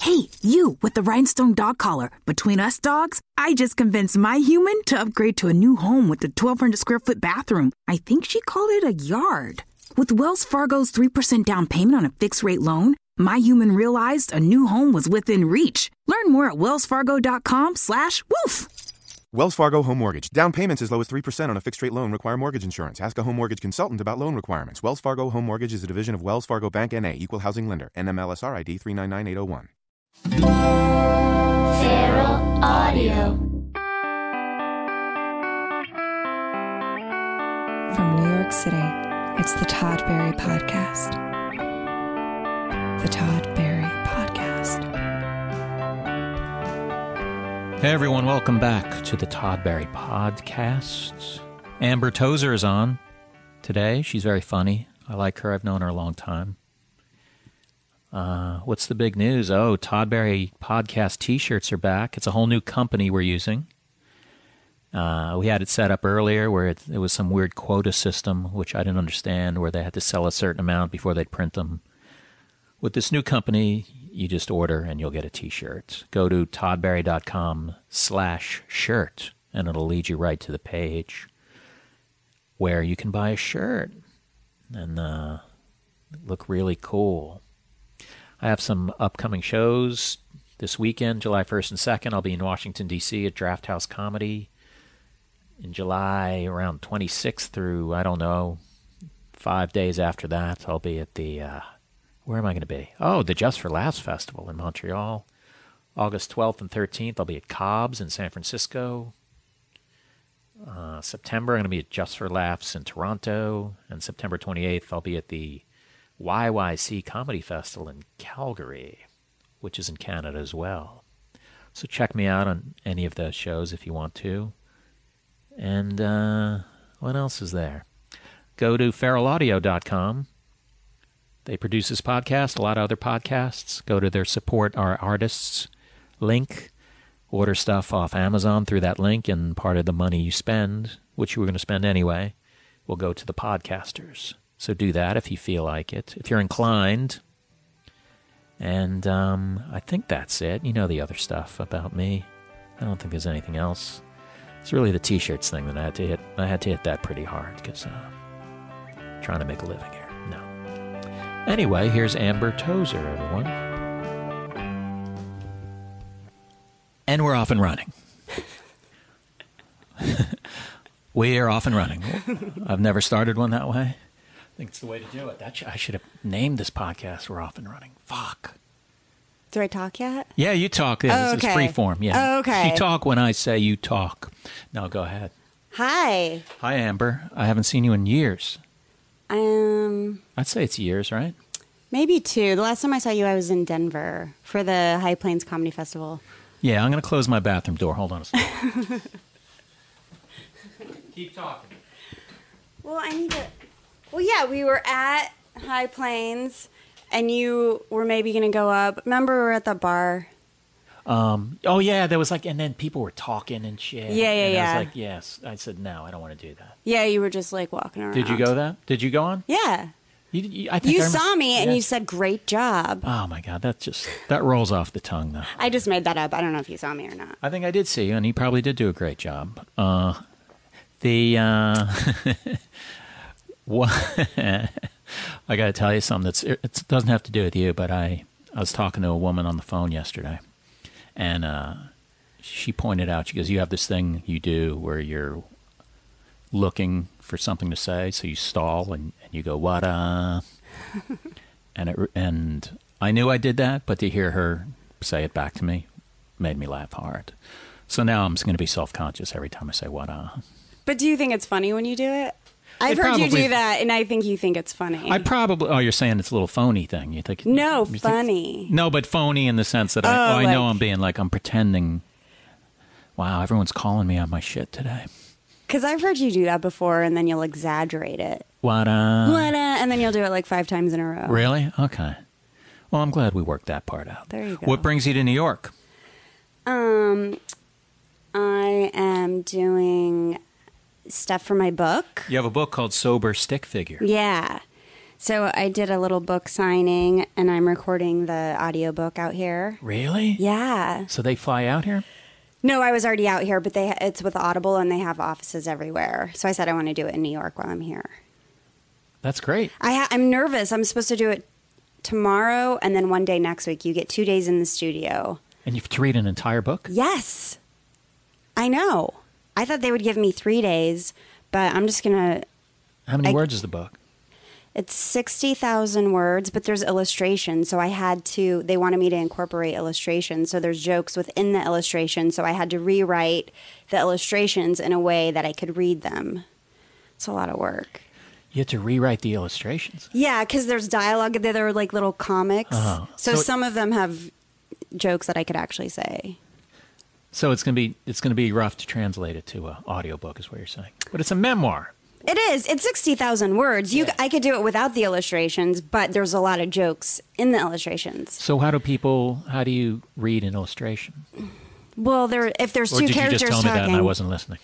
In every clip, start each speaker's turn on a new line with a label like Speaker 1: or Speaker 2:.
Speaker 1: Hey, you with the rhinestone dog collar. Between us dogs, I just convinced my human to upgrade to a new home with a 1,200 square foot bathroom. I think she called it a yard. With Wells Fargo's 3% down payment on a fixed rate loan, my human realized a new home was within reach. Learn more at wellsfargo.com slash woof.
Speaker 2: Wells Fargo Home Mortgage. Down payments as low as 3% on a fixed rate loan require mortgage insurance. Ask a home mortgage consultant about loan requirements. Wells Fargo Home Mortgage is a division of Wells Fargo Bank NA, equal housing lender. NMLS ID 399801.
Speaker 3: Feral Audio.
Speaker 4: From New York City, it's the Todd Berry Podcast. The Todd Berry Podcast.
Speaker 5: Hey everyone, welcome back to the Todd Berry Podcast. Amber Tozer is on today. She's very funny. I like her. I've known her a long time. Uh, what's the big news? Oh, Todd Berry Podcast t shirts are back. It's a whole new company we're using. Uh, we had it set up earlier where it, it was some weird quota system, which I didn't understand, where they had to sell a certain amount before they'd print them. With this new company, you just order and you'll get a t-shirt. Go to toddberry.com slash shirt and it'll lead you right to the page where you can buy a shirt and uh, look really cool. I have some upcoming shows this weekend, July 1st and 2nd. I'll be in Washington, D.C. at Draft House Comedy in July around 26th through, I don't know, five days after that. I'll be at the... Uh, where am I going to be? Oh, the Just for Laughs Festival in Montreal. August 12th and 13th, I'll be at Cobb's in San Francisco. Uh, September, I'm going to be at Just for Laughs in Toronto. And September 28th, I'll be at the YYC Comedy Festival in Calgary, which is in Canada as well. So check me out on any of those shows if you want to. And uh, what else is there? Go to feralaudio.com they produce this podcast, a lot of other podcasts. Go to their support our artists link, order stuff off Amazon through that link, and part of the money you spend, which you were going to spend anyway, will go to the podcasters. So do that if you feel like it, if you're inclined. And um, I think that's it. You know the other stuff about me. I don't think there's anything else. It's really the t-shirts thing that I had to hit. I had to hit that pretty hard because uh, trying to make a living here. No. Anyway, here's Amber Tozer, everyone. And we're off and running. we are off and running. I've never started one that way. I think it's the way to do it. That sh- I should have named this podcast "We're Off and Running." Fuck.
Speaker 6: Do I talk yet?
Speaker 5: Yeah, you talk. Yeah,
Speaker 6: Oh,
Speaker 5: this is
Speaker 6: okay.
Speaker 5: free form. Yeah.
Speaker 6: Oh, okay.
Speaker 5: You talk when I say you talk. No, go ahead.
Speaker 6: Hi.
Speaker 5: Hi, Amber. I haven't seen you in years.
Speaker 6: Um,
Speaker 5: I'd say it's years, right?
Speaker 6: maybe two. The last time I saw you, I was in Denver for the High Plains Comedy Festival.
Speaker 5: Yeah, I'm going to close my bathroom door. Hold on a second. Keep talking.
Speaker 6: Well, I need to. Well, yeah, we were at High Plains, and you were maybe going to go up. Remember, we were at the bar.
Speaker 5: Oh yeah, there was like, and then people were talking and shit.
Speaker 6: Yeah, yeah,
Speaker 5: and I
Speaker 6: yeah.
Speaker 5: was like, yes. I said no, I don't want to do that.
Speaker 6: Yeah, you were just like walking around.
Speaker 5: Did you go that? Did you go on?
Speaker 6: Yeah.
Speaker 5: You, you, I think
Speaker 6: You
Speaker 5: I remember-
Speaker 6: saw me, and
Speaker 5: yeah.
Speaker 6: you said, "Great job."
Speaker 5: "Oh my god, that's just that rolls off the tongue though."
Speaker 6: I just made that up. I don't know if you saw me or not.
Speaker 5: I think I did see you, and you probably did do a great job. Uh, the uh, what I got to tell you something that's it doesn't have to do with you, but I I was talking to a woman on the phone yesterday, and uh, she pointed out she goes, "You have this thing you do where you're looking for something to say, so you stall and, and you go what uh," and it and I knew I did that, but to hear her say it back to me made me laugh hard. So now I'm just going to be self conscious every time I say what uh.
Speaker 6: But do you think it's funny when you do it? I've
Speaker 5: It
Speaker 6: heard you
Speaker 5: probably-
Speaker 6: do that, and I think you think it's funny.
Speaker 5: I probably oh you're saying it's a little phony thing. You think
Speaker 6: no,
Speaker 5: you think-
Speaker 6: funny.
Speaker 5: No, but phony in the sense that I,
Speaker 6: Oh,
Speaker 5: oh, I know
Speaker 6: like-
Speaker 5: I'm being like I'm pretending. Wow, everyone's calling me on my shit today.
Speaker 6: Because I've heard you do that before, and then you'll exaggerate it.
Speaker 5: What uh?
Speaker 6: What, uh, and then you'll do it like five times in a row.
Speaker 5: Really? Okay. Well, I'm glad we worked that part out.
Speaker 6: There you go.
Speaker 5: What brings you to New York?
Speaker 6: Um, I am doing stuff for my book.
Speaker 5: You have a book called Sober Stick Figure.
Speaker 6: Yeah. So I did a little book signing and I'm recording the audiobook out here.
Speaker 5: Really?
Speaker 6: Yeah.
Speaker 5: So they fly out here?
Speaker 6: No, I was already out here, but they it's with Audible and they have offices everywhere. So I said I want to do it in New York while I'm here.
Speaker 5: That's great.
Speaker 6: I ha- I'm nervous. I'm supposed to do it tomorrow and then one day next week. You get 2 days in the studio.
Speaker 5: And you have to read an entire book?
Speaker 6: Yes. I know. I thought they would give me 3 days, but I'm just going to
Speaker 5: How many words is the book?
Speaker 6: It's 60,000 words, but there's illustrations. So I had to, they wanted me to incorporate illustrations. So there's jokes within the illustration. So I had to rewrite the illustrations in a way that I could read them. It's a lot of work.
Speaker 5: You have to rewrite the illustrations.
Speaker 6: Yeah, because there's dialogue. They're- They're like little comics. So,
Speaker 5: So it-
Speaker 6: some of them have jokes that I could actually say.
Speaker 5: So it's going to be it's going to be rough to translate it to an audiobook is what you're saying. But it's a memoir.
Speaker 6: It is. It's 60,000 words. You, I could do it without the illustrations, but there's a lot of jokes in the illustrations.
Speaker 5: So how do people how do you read an illustration?
Speaker 6: Well, there if there's
Speaker 5: Or
Speaker 6: two
Speaker 5: did you
Speaker 6: characters
Speaker 5: just tell me
Speaker 6: talking.
Speaker 5: that and I wasn't listening?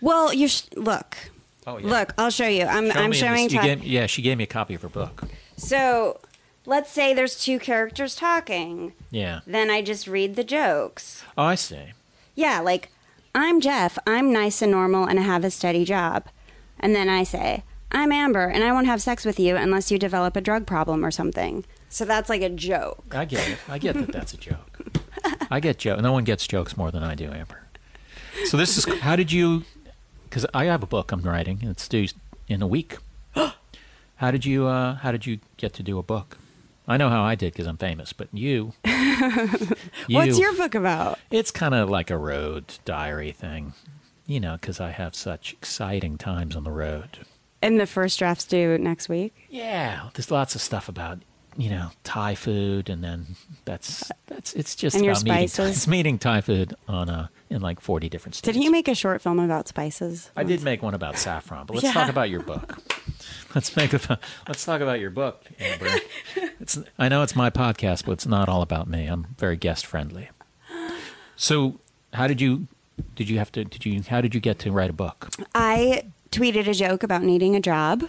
Speaker 6: Well, you sh- look.
Speaker 5: Oh, yeah.
Speaker 6: Look, I'll show you. I'm
Speaker 5: Show
Speaker 6: I'm
Speaker 5: me in
Speaker 6: showing.
Speaker 5: this- you
Speaker 6: Todd.
Speaker 5: gave- yeah, she gave me a copy of her book.
Speaker 6: So, let's say there's two characters talking.
Speaker 5: Yeah.
Speaker 6: Then I just read the jokes.
Speaker 5: Oh, I see.
Speaker 6: Yeah, like I'm Jeff. I'm nice and normal, and I have a steady job. And then I say I'm Amber, and I won't have sex with you unless you develop a drug problem or something. So that's like a joke.
Speaker 5: I get it. I get that that's a joke. I get joke. No one gets jokes more than I do, Amber. So this is how did you? Because I have a book I'm writing. and It's due in a week. How did you? Uh, how did you get to do a book? I know how I did because I'm famous, but you, you
Speaker 6: What's your book about?
Speaker 5: it's kind of like a road diary thing, you know, because I have such exciting times on the road.
Speaker 6: And the first draft's due next week.
Speaker 5: Yeah, there's lots of stuff about you know Thai food, and then that's that's it's just
Speaker 6: And your
Speaker 5: about meeting,
Speaker 6: spices.
Speaker 5: it's meeting Thai food on a in like 40 different states.
Speaker 6: Didn't you make a short film about spices?
Speaker 5: I did make one about saffron, but let's talk
Speaker 6: Yeah.
Speaker 5: about your book. Let's make a, let's talk about your book, Amber. It's I know it's my podcast, but it's not all about me. I'm very guest friendly. So, how did you did you have to did you how did you get to write a book?
Speaker 6: I tweeted a joke about needing a job,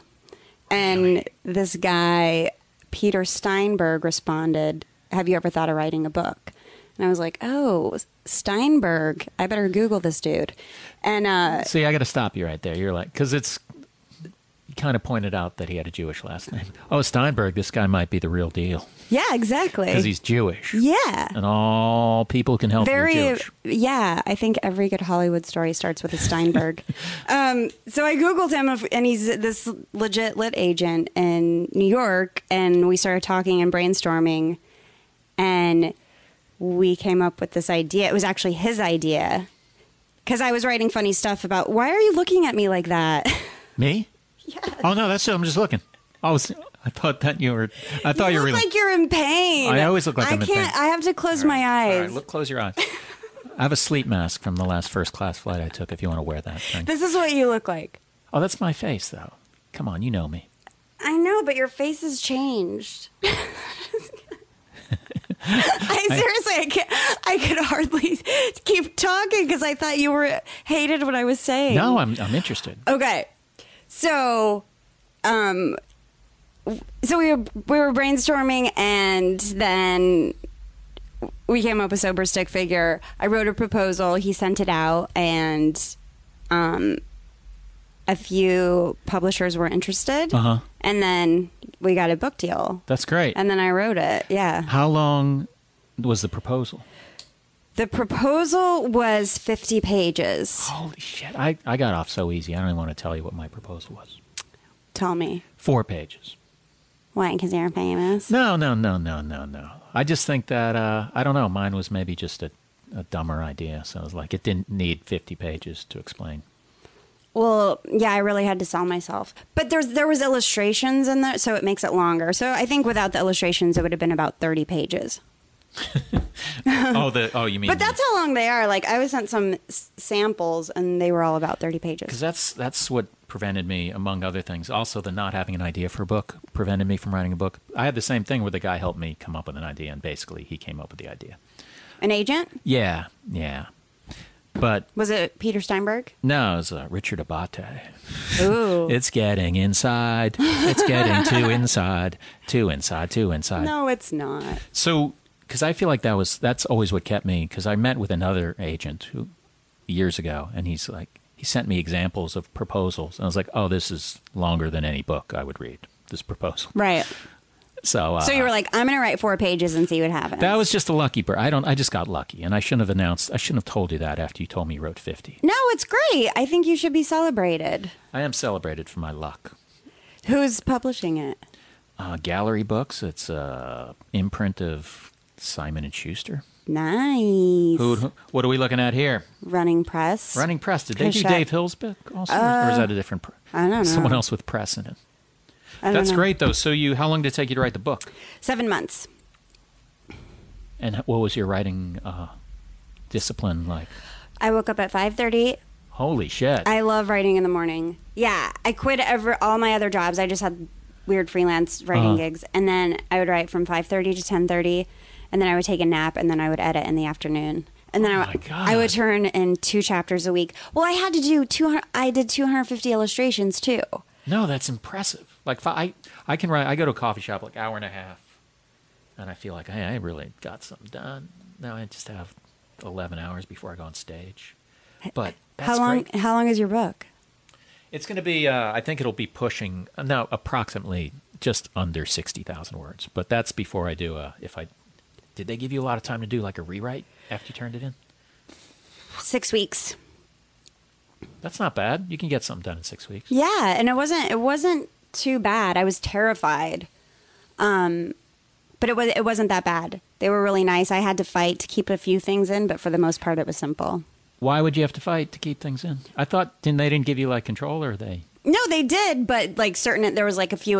Speaker 6: and this guy, Peter Steinberg, responded, Have you ever thought of writing a book? And I was like, Oh, Steinberg. I better Google this dude. And uh,
Speaker 5: See, I got to stop you right there. You're like, because it's you kind of pointed out that he had a Jewish last name. Oh, Steinberg, this guy might be the real deal
Speaker 6: yeah,
Speaker 5: because
Speaker 6: exactly.
Speaker 5: he's Jewish.
Speaker 6: Yeah.
Speaker 5: And all people can help you
Speaker 6: Very,
Speaker 5: Jewish.
Speaker 6: yeah. I think every good Hollywood story starts with a Steinberg. um, so I Googled him, of- and he's this legit lit agent in New York. And we started talking and brainstorming. and we came up with this idea. It was actually his idea because I was writing funny stuff about why are you looking at me like that?
Speaker 5: Me? Yeah. Oh no, that's it. I'm just looking. I was. I thought that you were. I thought you,
Speaker 6: you
Speaker 5: were Oh,
Speaker 6: look
Speaker 5: really.
Speaker 6: like you're in pain.
Speaker 5: I always look like
Speaker 6: I
Speaker 5: I'm in
Speaker 6: can't.
Speaker 5: pain.
Speaker 6: I have to close my
Speaker 5: All
Speaker 6: eyes.
Speaker 5: right, look. Close your eyes. I have a sleep mask from the last first class flight I took. If you want to wear that thing.
Speaker 6: This is what you look like.
Speaker 5: Oh, that's my face though. Come on, you know me.
Speaker 6: I know, but your face has changed. I seriously, I, can't, I could hardly keep talking because I thought you were hated what I was saying.
Speaker 5: No, I'm. I'm interested.
Speaker 6: Okay. So, um, w- so we were, we were brainstorming and then we came up with Sober Stick Figure. I wrote a proposal, he sent it out, and, um, a few publishers were interested.
Speaker 5: Uh-huh.
Speaker 6: And then we got a book deal.
Speaker 5: That's great.
Speaker 6: And then I wrote it. Yeah.
Speaker 5: How long was the proposal?
Speaker 6: The proposal was 50 pages.
Speaker 5: Holy shit. I, I got off so easy. I don't even want to tell you what my proposal was.
Speaker 6: Tell me.
Speaker 5: Four pages.
Speaker 6: Why? Because you're famous?
Speaker 5: No, no, no, no, no, no. I just think that, uh, I don't know, mine was maybe just a, a dumber idea. So it was like, it didn't need 50 pages to explain.
Speaker 6: Well, yeah, I really had to sell myself. But there's there was illustrations in there, so it makes it longer. So I think without the illustrations, it would have been about thirty pages.
Speaker 5: oh, the, oh, you mean.
Speaker 6: But that's how long they are. Like I was sent some s- samples, and they were all about thirty
Speaker 5: Because
Speaker 6: pages.
Speaker 5: that's, that's what prevented me, among other things. Also, the not having an idea for a book prevented me from writing a book. I had the same thing where the guy helped me come up with an idea, and basically he came up with the idea.
Speaker 6: An agent?
Speaker 5: Yeah, yeah. But
Speaker 6: Was it Peter Steinberg?
Speaker 5: no, it's uh, Richard Abate.
Speaker 6: Ooh.
Speaker 5: It's getting inside. It's getting too inside. Too inside. Too inside.
Speaker 6: no, it's not.
Speaker 5: So, because I feel like that was that's always what kept me. Because I met with another agent who years ago, and he's like he sent me examples of proposals, and I was like, oh, this is longer than any book I would read. This proposal.
Speaker 6: Right.
Speaker 5: So, uh,
Speaker 6: So you were like, I'm going to write four pages and see what happens.
Speaker 5: that was just a lucky bird. I don't. I just got lucky, and I shouldn't have announced. I shouldn't have told you that after you told me you wrote fifty.
Speaker 6: No, it's great. I think you should be celebrated.
Speaker 5: I am celebrated for my luck.
Speaker 6: Who's publishing it?
Speaker 5: Uh, Gallery Books. It's a imprint of Simon and Schuster.
Speaker 6: Nice.
Speaker 5: Who? What are we looking at here?
Speaker 6: Running Press.
Speaker 5: Running Press. Did they
Speaker 6: Good
Speaker 5: do
Speaker 6: shot.
Speaker 5: Dave Hill's book also, or- or is that a different? Pr-
Speaker 6: I don't know.
Speaker 5: Someone else with press in it.
Speaker 6: I don't
Speaker 5: That's
Speaker 6: know.
Speaker 5: great though. So you, how long did it take you to write the book?
Speaker 6: Seven months.
Speaker 5: And h- what was your writing uh, discipline like?
Speaker 6: I woke up at 5:30.
Speaker 5: Holy shit!
Speaker 6: I love writing in the morning. Yeah, I quit every all my other jobs. I just had weird freelance writing
Speaker 5: Uh-huh.
Speaker 6: gigs, and then I would write from 5:30 to 10:30, and then I would take a nap, and then I would edit in the afternoon. And then I,
Speaker 5: Oh my
Speaker 6: would-
Speaker 5: God.
Speaker 6: I would turn in two chapters a week. Well, I had to do 200. I did 250 illustrations too.
Speaker 5: no, that's impressive. Like fi- I, I can write. I go to a coffee shop like hour and a half, and I feel like hey, I really got something done. Now I just have eleven hours before I go on stage. But that's
Speaker 6: how long?
Speaker 5: great.
Speaker 6: How long is your book?
Speaker 5: It's going to be. Uh, I think it'll be pushing uh, now approximately just under sixty thousand words. But that's before I do. A, if I did, they give you a lot of time to do like a rewrite after you turned it in.
Speaker 6: Six weeks.
Speaker 5: That's not bad. You can get something done in six weeks.
Speaker 6: Yeah, and it wasn't it wasn't too bad. I was terrified. Um but it was it wasn't that bad. They were really nice. I had to fight to keep a few things in, but for the most part it was simple.
Speaker 5: Why would you have to fight to keep things in? I thought didn't they didn't give you like control or they?
Speaker 6: No, they did, but like certain there was like a few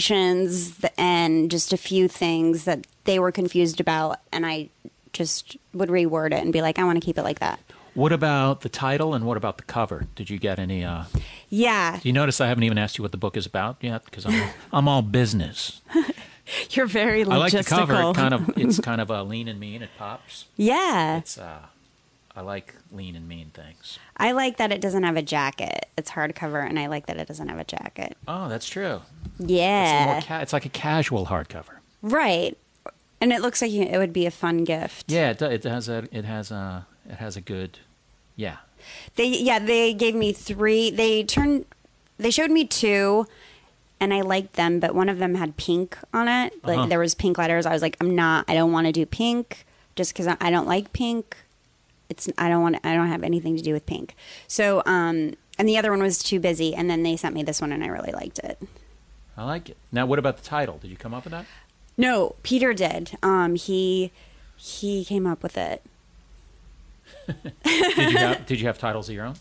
Speaker 6: illustrations th- and just a few things that they were confused about and I just would reword it and be like I want to keep it like that.
Speaker 5: What about the title and what about the cover? Did you get any? Uh,
Speaker 6: Yeah,
Speaker 5: do you notice I haven't even asked you what the book is about yet because I'm I'm all business.
Speaker 6: you're very logistical.
Speaker 5: I like the cover. It kind of it's kind of uh, lean and mean. It pops.
Speaker 6: yeah,
Speaker 5: It's uh, I like lean and mean things.
Speaker 6: I like that it doesn't have a jacket. It's hardcover, and I like that it doesn't have a jacket.
Speaker 5: Oh, that's true. It's,
Speaker 6: Yeah.
Speaker 5: more ca- it's like a casual hardcover.
Speaker 6: Right. And it looks like you, it would be a fun gift.
Speaker 5: Yeah, it, do- it has a it has a it has a good, yeah.
Speaker 6: They yeah, they gave me 3. They turned they showed me two and I liked them, but one of them had pink on it. Like
Speaker 5: Uh-huh.
Speaker 6: there was pink letters. I was like, I'm not I don't want to do pink just cuz I, I don't like pink. It's I don't want I don't have anything to do with pink. So, um and the other one was too busy and then they sent me this one and I really liked it.
Speaker 5: I like it. Now, what about the title? Did you come up with that?
Speaker 6: No, Peter did. Um he he came up with it.
Speaker 5: Did you have, did you have titles of your own?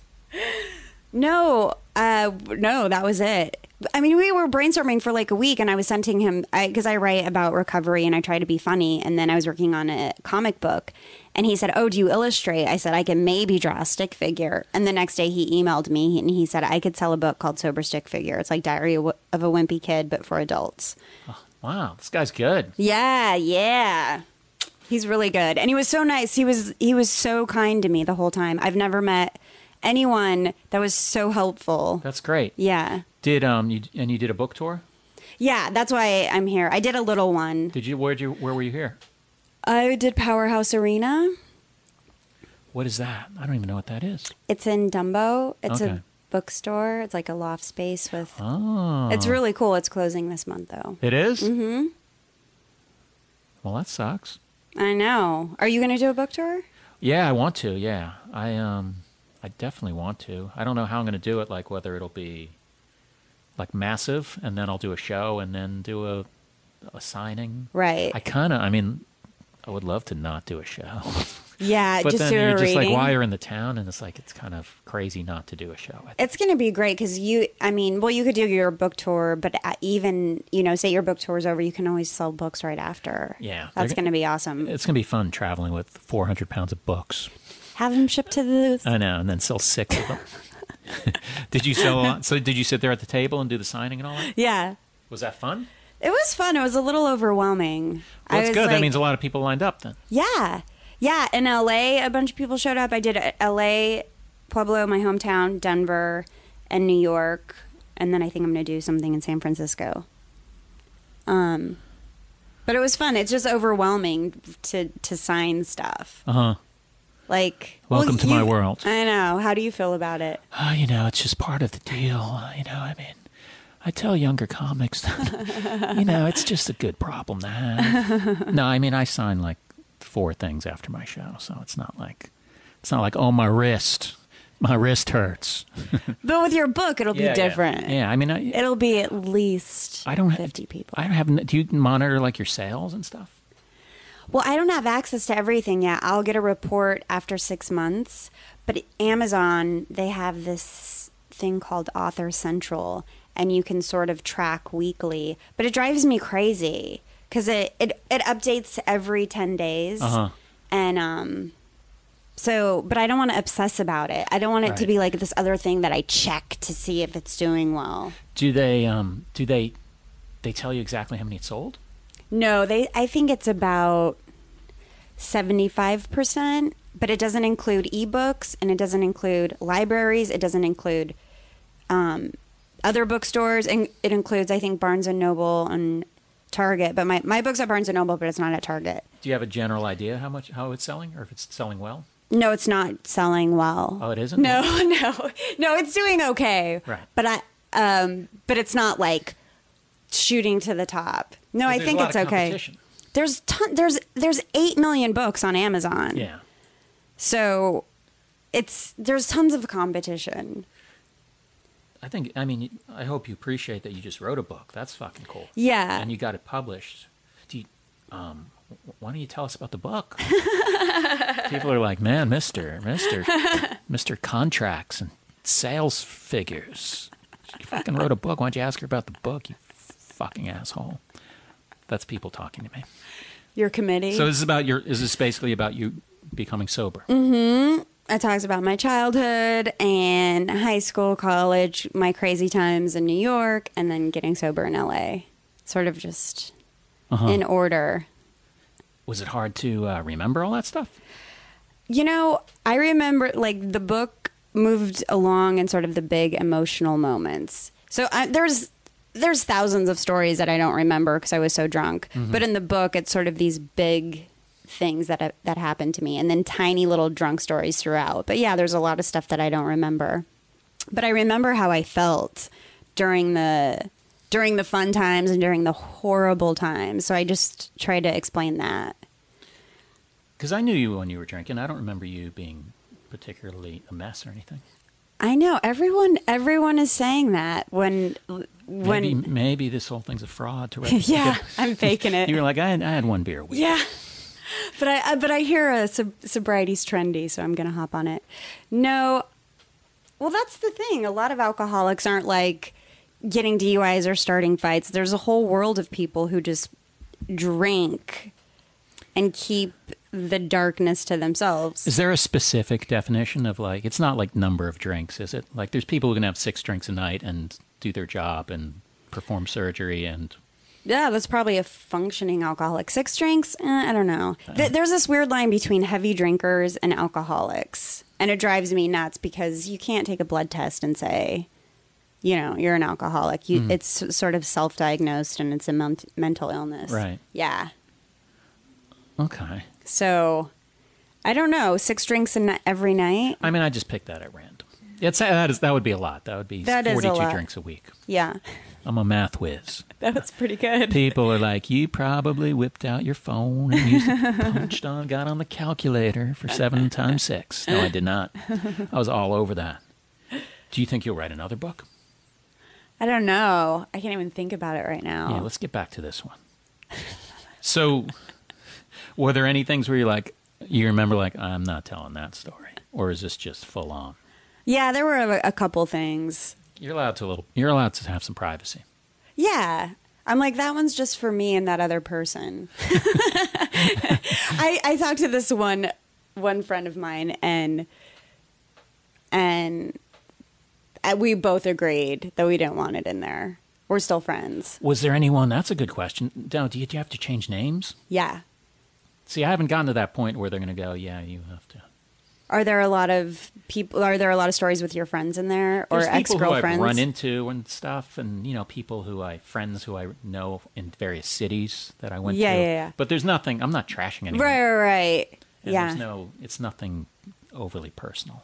Speaker 6: No, uh, no, that was it. I mean, we were brainstorming for like a week, and I was sending him because I, write about recovery and I try to be funny. And then I was working on a comic book, and he said, "Oh, do you illustrate?" I said, "I can maybe draw a stick figure." And the next day, he emailed me and he said, "I could sell a book called Sober Stick Figure. It's like Diary of a Wimpy Kid, but for adults."
Speaker 5: Wow, this guy's good.
Speaker 6: Yeah, yeah. He's really good. And he was so nice. He was he was so kind to me the whole time. I've never met anyone that was so helpful.
Speaker 5: That's great.
Speaker 6: Yeah.
Speaker 5: Did um you and you did a book tour?
Speaker 6: Yeah, that's why I'm here. I did a little one.
Speaker 5: Did you where would you where were you here?
Speaker 6: I did Powerhouse Arena.
Speaker 5: What is that? I don't even know what that is.
Speaker 6: It's in Dumbo. It's
Speaker 5: Okay.
Speaker 6: a bookstore. It's like a loft space with
Speaker 5: Oh,
Speaker 6: It's really cool. It's closing this month though.
Speaker 5: it is. Mm-hmm. Well, that sucks.
Speaker 6: I know. Are you going to do a book tour?
Speaker 5: Yeah, I want to. Yeah, I um, I definitely want to. I don't know how I'm going to do it. Like whether it'll be like massive, and then I'll do a show, and then do a a signing.
Speaker 6: Right.
Speaker 5: I kind of. I mean, I would love to not do a show,
Speaker 6: yeah,
Speaker 5: but
Speaker 6: just
Speaker 5: then
Speaker 6: do
Speaker 5: you're
Speaker 6: a
Speaker 5: just like,
Speaker 6: reading.
Speaker 5: why you're in the town, and it's like it's kind of crazy not to do a show. I think.
Speaker 6: It's going to be great because you, I mean, well, you could do your book tour, but uh, even, you know, say your book tour's over, you can always sell books right after.
Speaker 5: Yeah,
Speaker 6: That's
Speaker 5: they're-
Speaker 6: going to be awesome.
Speaker 5: It's going to be fun traveling with 400 pounds of books.
Speaker 6: Have them shipped to the.
Speaker 5: I know, and then sell six of them. did you sell? a lot- So did you sit there at the table and do the signing and all that?
Speaker 6: yeah.
Speaker 5: Was that fun?
Speaker 6: It was fun. It was a little overwhelming. I
Speaker 5: Well, that's
Speaker 6: was
Speaker 5: good. that
Speaker 6: like-
Speaker 5: means a lot of people lined up then.
Speaker 6: Yeah. Yeah, in LA, a bunch of people showed up. I did LA, Pueblo, my hometown, Denver, and New York, and then I think I'm going to do something in San Francisco. Um, but it was fun. It's just overwhelming to to sign stuff.
Speaker 5: Uh huh.
Speaker 6: Like,
Speaker 5: Welcome to my world.
Speaker 6: I know. How do you feel about it?
Speaker 5: Oh, you know, it's just part of the deal. uh, You know, I mean, I tell younger comics that, you know, it's just a good problem to have. No, I mean, I sign like four things after my show, so it's not like, it's not like, oh, my wrist, my wrist hurts.
Speaker 6: But with your book, it'll be different.
Speaker 5: Yeah, I mean, I,
Speaker 6: It'll be at least
Speaker 5: I don't have
Speaker 6: 50 people.
Speaker 5: I don't have. n- Do you monitor like your sales and stuff?
Speaker 6: Well, I don't have access to everything yet. I'll get a report after six months. But Amazon, they have this thing called Author Central, and you can sort of track weekly. But it drives me crazy because it, it, it updates every 10 days.
Speaker 5: Uh-huh.
Speaker 6: And um, so, but I don't want to obsess about it. I don't want it to
Speaker 5: Right.
Speaker 6: be like this other thing that I check to see if it's doing well.
Speaker 5: Do they? Um, do they? They tell you exactly how many it sold.
Speaker 6: No, they. I think it's about seventy-five percent, but it doesn't include ebooks, and it doesn't include libraries. It doesn't include um, other bookstores, and it includes, I think, Barnes and Noble and Target. But my my book's at Barnes and Noble, but it's not at Target.
Speaker 5: Do you have a general idea how much how it's selling or if it's selling well?
Speaker 6: No, it's not selling well.
Speaker 5: Oh, it isn't?
Speaker 6: No, no, no. It's doing okay.
Speaker 5: Right.
Speaker 6: But I, um, but it's not like shooting to the top. No, I
Speaker 5: there's a
Speaker 6: think
Speaker 5: lot
Speaker 6: it's
Speaker 5: of
Speaker 6: okay.
Speaker 5: competition.
Speaker 6: There's ton. There's there's eight million books on Amazon.
Speaker 5: Yeah.
Speaker 6: So, it's there's tons of competition.
Speaker 5: I think I mean I hope you appreciate that you just wrote a book. That's fucking cool.
Speaker 6: Yeah.
Speaker 5: And you got it published. Do you, um wh- why don't you tell us about the book? People are like, "Man, Mr. Mr. Mr. contracts and sales figures. You fucking wrote a book. Why don't you ask her about the book, you fucking asshole?" That's people talking to me.
Speaker 6: Your committee.
Speaker 5: So this is about your is this basically about you becoming sober?
Speaker 6: it talks about my childhood and high school, college, my crazy times in New York, and then getting sober in LA. Sort of just
Speaker 5: Uh-huh.
Speaker 6: in order.
Speaker 5: Was it hard to uh, remember all that stuff?
Speaker 6: You know, I remember like the book moved along in sort of the big emotional moments. So I, there's there's thousands of stories that I don't remember because I was so drunk. But in the book, it's sort of these big things that that happened to me, and then tiny little drunk stories throughout. But yeah, there's a lot of stuff that I don't remember. But I remember how I felt during the during the fun times and during the horrible times. So I just try to explain that.
Speaker 5: Because I knew you when you were drinking. I don't remember you being particularly a mess or anything.
Speaker 6: I know everyone. Everyone is saying that when when
Speaker 5: maybe, maybe this whole thing's a fraud to
Speaker 6: yeah, I'm faking it.
Speaker 5: You were like, I had, I had one beer a week.
Speaker 6: yeah, but I, I but I hear a sob- sobriety's trendy, so I'm gonna hop on it. No, well that's the thing. A lot of alcoholics aren't like getting DUIs or starting fights. There's a whole world of people who just drink and keep the darkness to themselves.
Speaker 5: Is there a specific definition of like, it's not like number of drinks, is it? Like, there's people who can have six drinks a night and do their job and perform surgery and.
Speaker 6: Yeah, that's probably a functioning alcoholic. Six drinks? Eh, I don't know.
Speaker 5: Uh-huh.
Speaker 6: Th- there's this weird line between heavy drinkers and alcoholics. And it drives me nuts because you can't take a blood test and say, you know, you're an alcoholic. You,
Speaker 5: Mm-hmm.
Speaker 6: It's s- sort of self diagnosed and it's a men- mental illness.
Speaker 5: Right.
Speaker 6: Yeah.
Speaker 5: Okay.
Speaker 6: So I don't know. Six drinks in every night?
Speaker 5: I mean, I just picked that at random. It's, that, is, that would be a lot. That would be
Speaker 6: That is a
Speaker 5: 42
Speaker 6: lot.
Speaker 5: drinks a week.
Speaker 6: Yeah.
Speaker 5: I'm a math whiz.
Speaker 6: That was pretty good.
Speaker 5: people are like, you probably whipped out your phone and used, punched on, got on the calculator for seven times six. No, I did not. I was all over that. Do you think you'll write another book?
Speaker 6: I don't know. I can't even think about it right now.
Speaker 5: Yeah, let's get back to this one. So, were there any things where you're like, you remember, like, I'm not telling that story, or is this just full on?
Speaker 6: yeah, there were a, a couple things.
Speaker 5: You're allowed to a little. You're allowed to have some privacy.
Speaker 6: Yeah. I'm like, that one's just for me and that other person. I, I talked to this one one friend of mine and and uh, we both agreed that we didn't want it in there. We're still friends.
Speaker 5: Was there anyone? That's a good question. Now, do you, do you have to change names?
Speaker 6: Yeah.
Speaker 5: See, I haven't gotten to that point where they're going to go, yeah, you have to.
Speaker 6: Are there a lot of people? Are there a lot of stories with your friends in there or
Speaker 5: There's
Speaker 6: ex
Speaker 5: people who I've
Speaker 6: girlfriends?
Speaker 5: run into and stuff, and you know, people who I friends who I know in various cities that I went
Speaker 6: Yeah,
Speaker 5: to.
Speaker 6: yeah, yeah.
Speaker 5: But there's nothing. I'm not trashing anyone.
Speaker 6: Right, right, right.
Speaker 5: And
Speaker 6: yeah.
Speaker 5: There's no. It's nothing overly personal.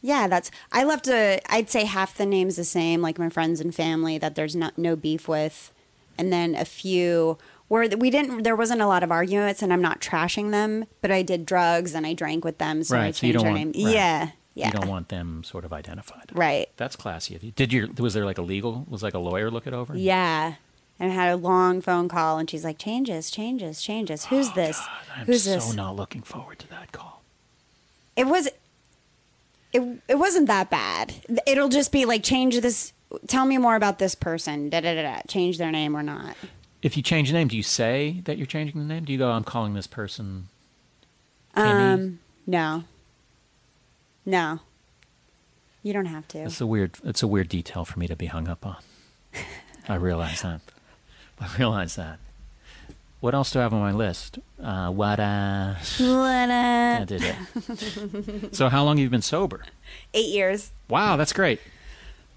Speaker 6: Yeah, that's. I left a. I'd say half the names the same, like my friends and family that there's not no beef with, and then a few where th- we didn't. There wasn't a lot of arguments, and I'm not trashing them, but I did drugs and I drank with them, so I
Speaker 5: Right,
Speaker 6: changed
Speaker 5: so you don't
Speaker 6: our
Speaker 5: want-
Speaker 6: name.
Speaker 5: right.
Speaker 6: Yeah, yeah,
Speaker 5: You don't want them sort of identified.
Speaker 6: right,
Speaker 5: That's classy of you. Did your was there like a legal? Was like a lawyer look it over?
Speaker 6: yeah. And I had a long phone call, and she's like, "Changes, changes, changes. Who's this?
Speaker 5: Oh, I'm
Speaker 6: Who's
Speaker 5: so
Speaker 6: this?"
Speaker 5: not looking forward to that call.
Speaker 6: it was it, it wasn't that bad it'll just be like change this tell me more about this person da da da da change their name or not
Speaker 5: If you change the name, do you say that you're changing the name? Do you go, I'm calling this person? Timmy?
Speaker 6: um no no you don't have to
Speaker 5: It's a weird. It's a weird detail for me to be hung up on. I realize that. I realize that. What else do I have on my list? Uh, what? Uh,
Speaker 6: What, uh,
Speaker 5: I did it. so, how long have you been sober?
Speaker 6: eight years
Speaker 5: Wow, that's great.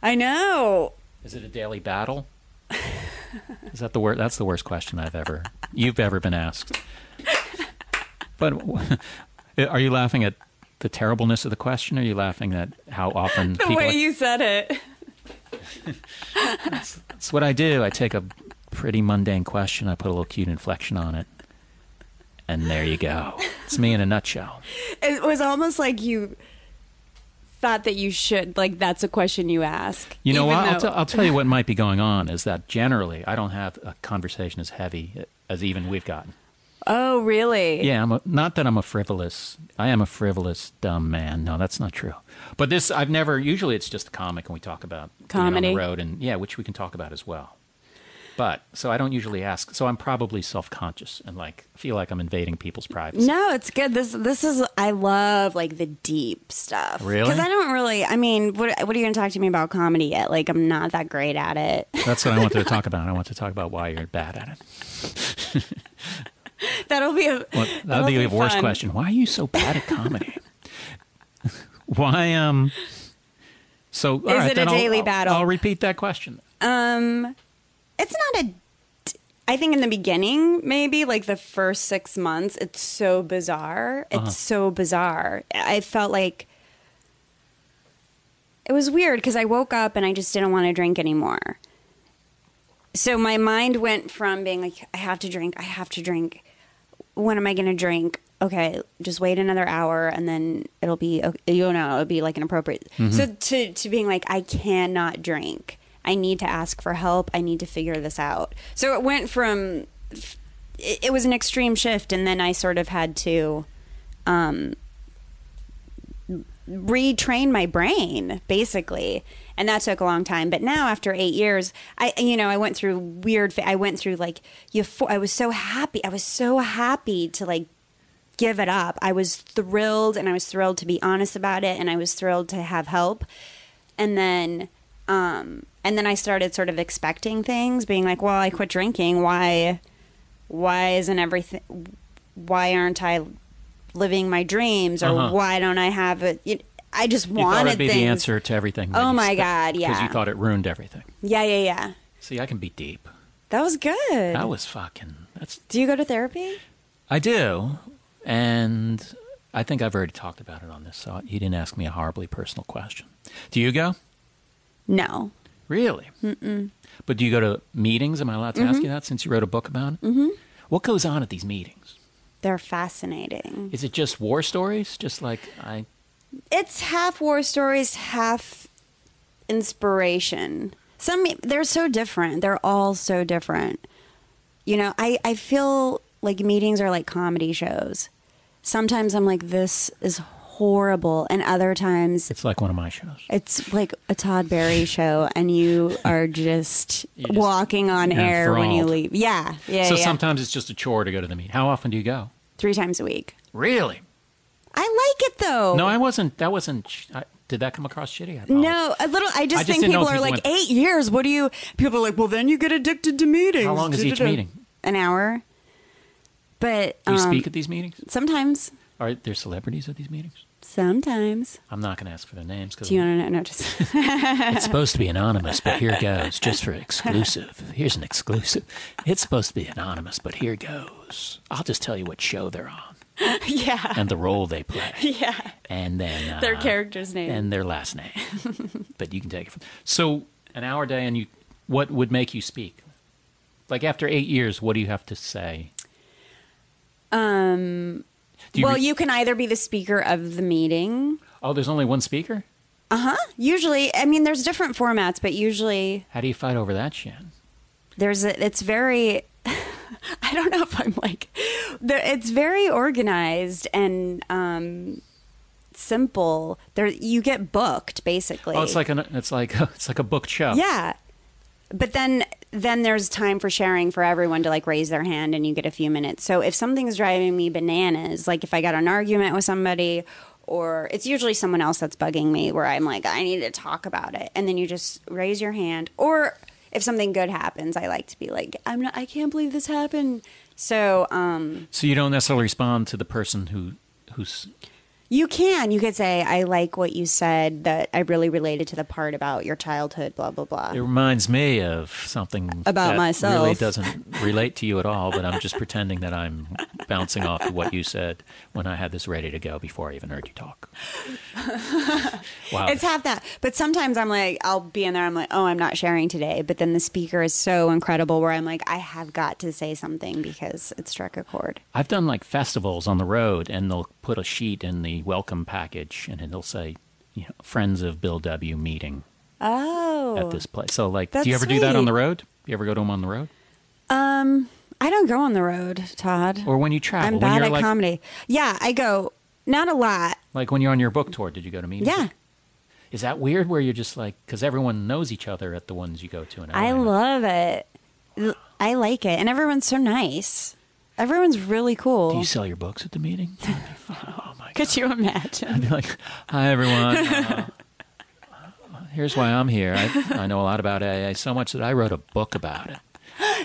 Speaker 6: i know
Speaker 5: Is it a daily battle? Is that the wor That's the worst question I've ever you've ever been asked. But w- are you laughing at the terribleness of the question? Or are you laughing at how often
Speaker 6: the
Speaker 5: people?
Speaker 6: way
Speaker 5: are-
Speaker 6: you said it
Speaker 5: It's what I do. I take a pretty mundane question, I put a little cute inflection on it, and there you go. It's me in a nutshell.
Speaker 6: it was almost like you thought that you should like that's a question you ask
Speaker 5: You know
Speaker 6: even
Speaker 5: what? I'll,
Speaker 6: though-
Speaker 5: t- I'll tell you what might be going on is that generally I don't have a conversation as heavy as even we've gotten.
Speaker 6: oh really
Speaker 5: Yeah, I'm a, not that I'm a frivolous. I am a frivolous dumb man. No, that's not true. But this, I've never. Usually, it's just a comic, and we talk about being
Speaker 7: Comedy.
Speaker 5: on the road, and yeah, which we can talk about as well. But so I don't usually ask. So I'm probably self conscious and like feel like I'm invading people's privacy.
Speaker 6: No, it's good. This this is I love like the deep stuff.
Speaker 5: Really?
Speaker 6: Because I don't really. I mean, what what are you going to talk to me about comedy yet? Like I'm not that great at it.
Speaker 5: That's what I wanted to talk about. I want to talk about why you're bad at it.
Speaker 6: That'll be a
Speaker 5: Well, that'd be
Speaker 6: be
Speaker 5: the worst
Speaker 6: fun.
Speaker 5: question. Why are you so bad at comedy? why um? So all
Speaker 6: Is
Speaker 5: right,
Speaker 6: it a
Speaker 5: then I'll-
Speaker 6: daily
Speaker 5: I'll-
Speaker 6: battle?
Speaker 5: I'll repeat that question.
Speaker 6: it's not a. I think in the beginning, maybe like the first six months, it's so bizarre. It's
Speaker 5: Uh-huh.
Speaker 6: so bizarre. I felt like it was weird because I woke up and I just didn't want to drink anymore. So my mind went from being like, I have to drink, I have to drink. When am I going to drink? Okay, just wait another hour and then it'll be, okay- you know, it'll be like an appropriate. So to, to being like, I cannot drink. I need to ask for help. I need to figure this out. So it went from, it, it was an extreme shift. And then I sort of had to, retrain my brain basically and that took a long time but now after eight years i you know i went through weird fa- i went through like euphor- i was so happy i was so happy to like give it up i was thrilled and i was thrilled to be honest about it and i was thrilled to have help and then um and then i started sort of expecting things being like well i quit drinking why why isn't everything why aren't i living my dreams or
Speaker 5: Uh-huh.
Speaker 6: why don't i have it you- i just
Speaker 5: You thought
Speaker 6: wanted
Speaker 5: it'd be the
Speaker 6: things.
Speaker 5: answer to everything.
Speaker 6: Oh my God,
Speaker 5: Because
Speaker 6: yeah.
Speaker 5: you thought it ruined everything.
Speaker 6: yeah yeah yeah
Speaker 5: See, I can be deep.
Speaker 6: that was good
Speaker 5: That was fucking. That's.
Speaker 6: do you go to therapy
Speaker 5: I do, and I think I've already talked about it on this. So you didn't ask me a horribly personal question. Do you go?
Speaker 6: no
Speaker 5: Really? Mm-mm. But do you go to meetings? Am I allowed to
Speaker 6: Mm-hmm.
Speaker 5: ask you that since you wrote a book about it? Mm-hmm. What goes on at these meetings?
Speaker 6: they're fascinating
Speaker 5: Is it just war stories? Just like I.
Speaker 6: it's half war stories, half inspiration. Some they're so different. They're all so different. You know, I I feel like meetings are like comedy shows. Sometimes I'm like this is horrible and other times
Speaker 5: It's like one of my shows.
Speaker 6: it's like a Todd Berry show and you are just,
Speaker 5: just-
Speaker 6: walking on
Speaker 5: you're
Speaker 6: air when you
Speaker 5: enthralled.
Speaker 6: leave. Yeah. Yeah.
Speaker 5: so
Speaker 6: yeah.
Speaker 5: sometimes it's just a chore to go to the meeting. How often do you go?
Speaker 6: 3 times a week.
Speaker 5: Really?
Speaker 6: I like it though.
Speaker 5: No, I wasn't. That wasn't. sh- I, did that come across shitty? I
Speaker 6: No, a little. I just,
Speaker 5: I just
Speaker 6: think
Speaker 5: didn't know
Speaker 6: people
Speaker 5: if
Speaker 6: are
Speaker 5: people
Speaker 6: like
Speaker 5: went-
Speaker 6: eight years. What do you? People are like, well, then you get addicted to meetings.
Speaker 5: How long is each
Speaker 6: Da-da-da.
Speaker 5: meeting?
Speaker 6: An hour. But
Speaker 5: Do
Speaker 6: um,
Speaker 5: you speak at these meetings?
Speaker 6: sometimes,
Speaker 5: Are there celebrities at these meetings?
Speaker 6: sometimes.
Speaker 5: I'm not going to ask for their names because
Speaker 6: Do you want to know? No, just
Speaker 5: it's supposed to be anonymous, but here goes just for exclusive. Here's an exclusive. It's supposed to be anonymous, but here goes. I'll just tell you what show they're on
Speaker 6: yeah,
Speaker 5: and the role they play,
Speaker 6: yeah.
Speaker 5: and then uh,
Speaker 6: Their character's name.
Speaker 5: and their last name. but you can take it. From, so an hour day, and you, what would make you speak? Like after eight years, what do you have to say?
Speaker 6: um.
Speaker 5: Do you
Speaker 6: well,
Speaker 5: re-
Speaker 6: you can either be the speaker of the meeting.
Speaker 5: Oh, there's only one speaker.
Speaker 6: Usually, I mean, there's different formats, but usually
Speaker 5: How do you fight over that shit?
Speaker 6: there's a, it's very i don't know if i'm like there, it's very organized and um simple there you get booked basically
Speaker 5: Oh, it's like an it's like it's like a booked show.
Speaker 6: yeah but then then there's time for sharing for everyone to like raise their hand and you get a few minutes so if something's driving me bananas like if i got an argument with somebody or it's usually someone else that's bugging me where i'm like i need to talk about it and then you just raise your hand or if something good happens i like to be like i'm not i can't believe this happened so um
Speaker 5: So you don't necessarily respond to the person who who's
Speaker 6: you can you could say i like what you said that i really related to the part about your childhood blah blah blah
Speaker 5: It reminds me of something
Speaker 6: About
Speaker 5: that
Speaker 6: myself.
Speaker 5: Really doesn't relate to you at all, but I'm just pretending that I'm bouncing off of what you said when I had this ready to go before I even heard you talk. Wow,
Speaker 6: It's half that. But sometimes I'm like, I'll be in there. I'm like, oh, I'm not sharing today. But then the speaker is so incredible where I'm like, I have got to say something because it struck a chord.
Speaker 5: I've done like festivals on the road, and they'll put a sheet in the welcome package, and it'll say, you know, "Friends of Bill W. meeting at
Speaker 6: Oh,
Speaker 5: this place." So, like,
Speaker 6: That's
Speaker 5: do you ever do that on
Speaker 6: sweet.
Speaker 5: the road? You ever go to them on the road,
Speaker 6: um, I don't go on the road, Todd.
Speaker 5: or when you travel?
Speaker 6: I'm
Speaker 5: when
Speaker 6: bad
Speaker 5: you're
Speaker 6: at
Speaker 5: like,
Speaker 6: comedy. Yeah, I go not a lot.
Speaker 5: like when you're on your book tour, did you go to meetings?
Speaker 6: Yeah,
Speaker 5: Is that weird where you're just like, because everyone knows each other at the ones you go to? In
Speaker 6: I
Speaker 5: LA?
Speaker 6: love it. L- I like it, and everyone's so nice. Everyone's really cool.
Speaker 5: Do you sell your books at the meeting? That'd be fun. oh my god!
Speaker 6: Could you imagine?
Speaker 5: Be like, hi everyone. Uh, here's why I'm here. I, I know a lot about AA, so much that I wrote a book about it.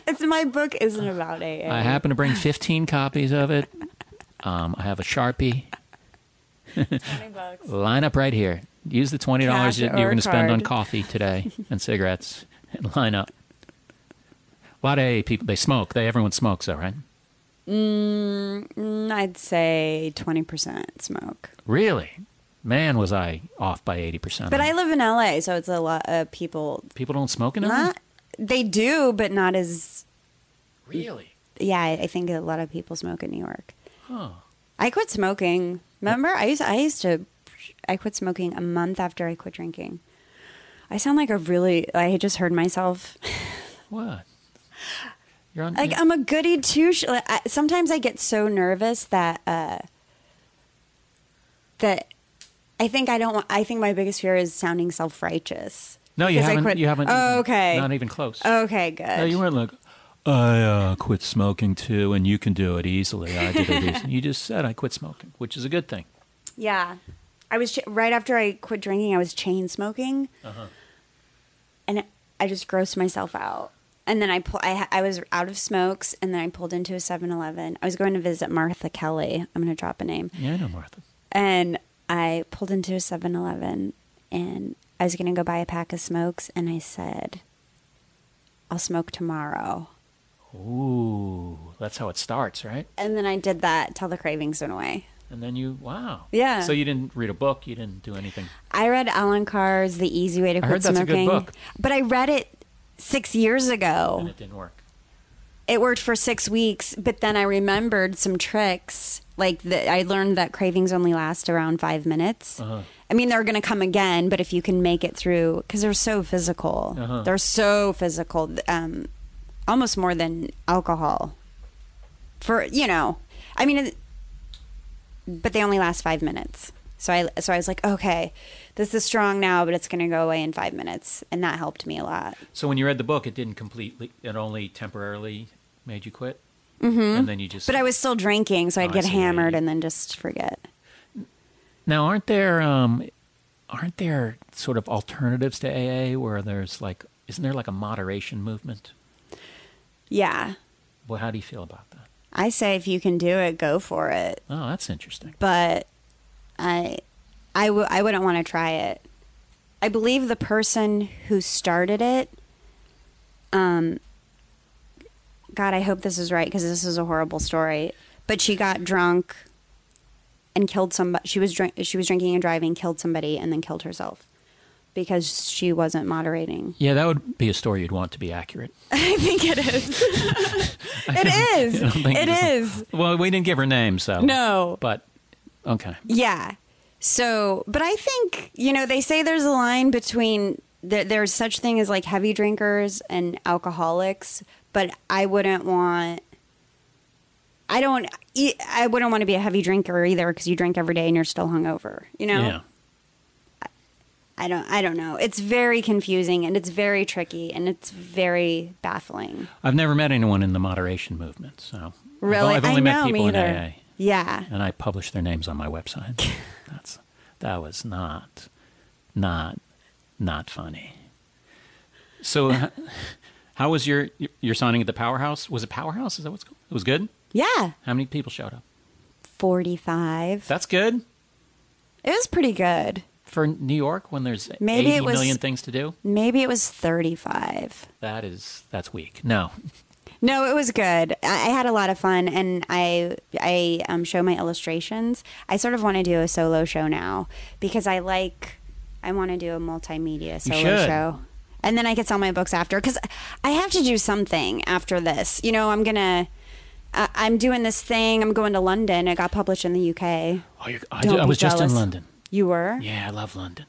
Speaker 6: It's my book isn't about AA.
Speaker 5: I happen to bring 15 copies of it. Um, I have a sharpie. Line up right here. Use the twenty dollars
Speaker 6: Cash
Speaker 5: you're
Speaker 6: or
Speaker 5: going to spend on
Speaker 6: card.
Speaker 5: coffee today and cigarettes, and line up. A lot of AA people they smoke. They everyone smokes, though, right?
Speaker 6: Mm, I'd say twenty percent smoke.
Speaker 5: Really, man, was I off by eighty percent?
Speaker 6: But I live in LA, so it's a lot of people.
Speaker 5: people don't smoke in LA?
Speaker 6: Not they do, but not as.
Speaker 5: Really?
Speaker 6: Yeah, I I think a lot of people smoke in New York.
Speaker 5: Huh.
Speaker 6: I quit smoking. Remember, I used I used to. I quit smoking a month after I quit drinking. I sound like a really. I just heard myself.
Speaker 5: What? You're on.
Speaker 6: Like I'm a goody two. Sh- like, I, sometimes I get so nervous that uh, that I think I don't. Want, I think my biggest fear is sounding self righteous.
Speaker 5: no, you haven't. You haven't.
Speaker 6: Oh,
Speaker 5: even-
Speaker 6: okay.
Speaker 5: Not even close.
Speaker 6: Okay, good.
Speaker 5: No, you weren't like. I uh, quit smoking too, and you can do it easily. I did it easily. You just said I quit smoking, which is a good thing.
Speaker 6: Yeah. I was ch- right after I quit drinking, I was chain smoking. And I just grossed myself out. And then I, pull, I ha- I was out of smokes, and then I pulled into a 7-Eleven. I was going to visit Martha Kelly. I'm going to drop a name.
Speaker 5: Yeah, I know, Martha.
Speaker 6: And I pulled into a 7-Eleven, and I was going to go buy a pack of smokes, and I said, "I'll smoke tomorrow."
Speaker 5: Ooh, that's how it starts, right?
Speaker 6: And then I did that till the cravings went away.
Speaker 5: And then you, wow.
Speaker 6: Yeah.
Speaker 5: So you didn't read a book. You didn't do anything.
Speaker 6: I read Alan Carr's The Easy Way to
Speaker 5: I
Speaker 6: Quit
Speaker 5: heard that's a good
Speaker 6: Smoking.
Speaker 5: book.
Speaker 6: But I read it six years
Speaker 5: And
Speaker 6: ago.
Speaker 5: it didn't work.
Speaker 6: It worked for six weeks, but then I remembered some tricks. Like the, I learned that cravings only last around five minutes.
Speaker 5: Uh-huh.
Speaker 6: I mean, they're going to come again, but if you can make it through, because they're so physical,
Speaker 5: Uh-huh.
Speaker 6: they're so physical, um, almost more than alcohol. For you know, I mean, it- but they only last five minutes. So I so I was like, okay, this is strong now, but it's going to go away in five minutes, and that helped me a lot.
Speaker 5: So when you read the book, it didn't completely. It only temporarily made you quit. Mm-hmm. And then you just.
Speaker 6: But I was still drinking, so I'd
Speaker 5: Oh, I
Speaker 6: get
Speaker 5: see.
Speaker 6: hammered and then just forget.
Speaker 5: Now, aren't there um, aren't there sort of alternatives to AA where there's like, isn't there like a moderation movement?
Speaker 6: Yeah.
Speaker 5: Well, how do you feel about that?
Speaker 6: I say if you can do it, go for it.
Speaker 5: Oh, that's interesting.
Speaker 6: But I, I, w- I wouldn't want to try it. I believe the person who started it. Um. God, I hope this is right because this is a horrible story. But she got drunk and killed somebody. She was drink- she was drinking and driving, killed somebody, and then killed herself because she wasn't moderating.
Speaker 5: Yeah, that would be a story you'd want to be accurate.
Speaker 6: I think it is. it is.
Speaker 5: I don't think
Speaker 6: It
Speaker 5: it's-
Speaker 6: is.
Speaker 5: Well, we didn't give her name, so
Speaker 6: No.
Speaker 5: But okay,
Speaker 6: Yeah. So, but I think you know they say there's a line between there, there's such thing as like heavy drinkers and alcoholics, but I wouldn't want. I don't. e- I wouldn't want to be a heavy drinker either because you drink every day and you're still hungover. You know.
Speaker 5: yeah.
Speaker 6: I don't. I don't know. It's very confusing and it's very tricky and it's very baffling.
Speaker 5: I've never met anyone in the moderation movement, so I've o-
Speaker 6: Really,
Speaker 5: I've, only
Speaker 6: I
Speaker 5: met
Speaker 6: know,
Speaker 5: people
Speaker 6: me
Speaker 5: in
Speaker 6: either.
Speaker 5: AA,
Speaker 6: Yeah.
Speaker 5: and I publish their names on my website. That's that was not, not, not funny. So, h- how was your your signing at the Powerhouse? Was it Powerhouse? Is that what's called? It was good.
Speaker 6: Yeah.
Speaker 5: How many people showed up?
Speaker 6: Forty-five.
Speaker 5: That's good
Speaker 6: It was pretty good.
Speaker 5: for New York when there's
Speaker 6: Maybe
Speaker 5: eighty
Speaker 6: it was-
Speaker 5: million things to do.
Speaker 6: Maybe it was thirty-five.
Speaker 5: That is that's weak. No,
Speaker 6: No, it was good. I, I had a lot of fun, and I I um, show my illustrations. I sort of want to do a solo show now because I like. I want to do a multimedia solo
Speaker 5: should.
Speaker 6: show, and then I could sell my books after because I have to do something after this. You know, I'm gonna. I I'm doing this thing. I'm going to London. It got published in the UK.
Speaker 5: oh, you're, I,
Speaker 6: Don't
Speaker 5: I
Speaker 6: be
Speaker 5: was just in
Speaker 6: jealous.
Speaker 5: London.
Speaker 6: You were?
Speaker 5: Yeah, I love London.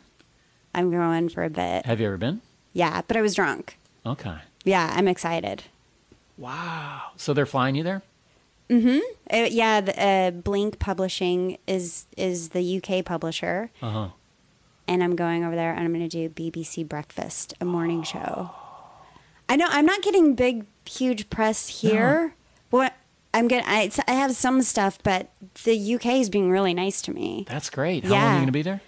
Speaker 6: I'm going for a bit.
Speaker 5: Have you ever been?
Speaker 6: Yeah, but I was drunk.
Speaker 5: Okay.
Speaker 6: Yeah, I'm excited.
Speaker 5: Wow. So they're flying you there?
Speaker 6: Uh, yeah, the, uh, Blink Publishing is is the UK publisher,
Speaker 5: Uh huh.
Speaker 6: and I'm going over there, and I'm going to do BBC Breakfast, a morning show. I know I'm not getting big, huge press here. What I'm gonna, I, it's- I have some stuff, but the UK is being really nice to me.
Speaker 5: That's great. How long are you
Speaker 6: Yeah.
Speaker 5: going to be there?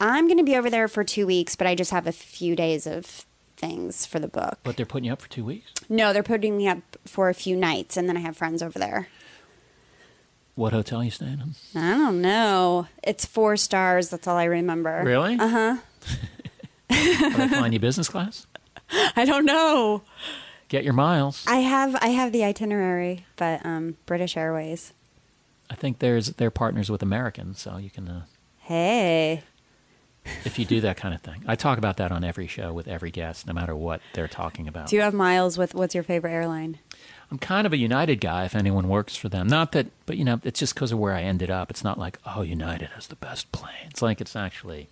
Speaker 6: I'm going to be over there for two weeks, but I just have a few days of things for the book.
Speaker 5: But they're putting you up for two weeks.
Speaker 6: No, they're putting me up for a few nights, and then I have friends over there.
Speaker 5: What hotel you staying in?
Speaker 6: I don't know. It's four stars. That's all I remember.
Speaker 5: Really? Uh
Speaker 6: Uh-huh.
Speaker 5: huh. they flying you business class?
Speaker 6: I don't know.
Speaker 5: Get your miles.
Speaker 6: I have I have the itinerary, but um, British Airways.
Speaker 5: I think there's they're partners with Americans, so you can uh,
Speaker 6: Hey,
Speaker 5: if you do that kind of thing. I talk about that on every show with every guest, no matter what they're talking about.
Speaker 6: do you have miles with what's your favorite airline?
Speaker 5: I'm kind of a United guy if anyone works for them. Not that, but you know, it's just because of where I ended up. It's not like, oh, United has the best plane. It's like, it's actually,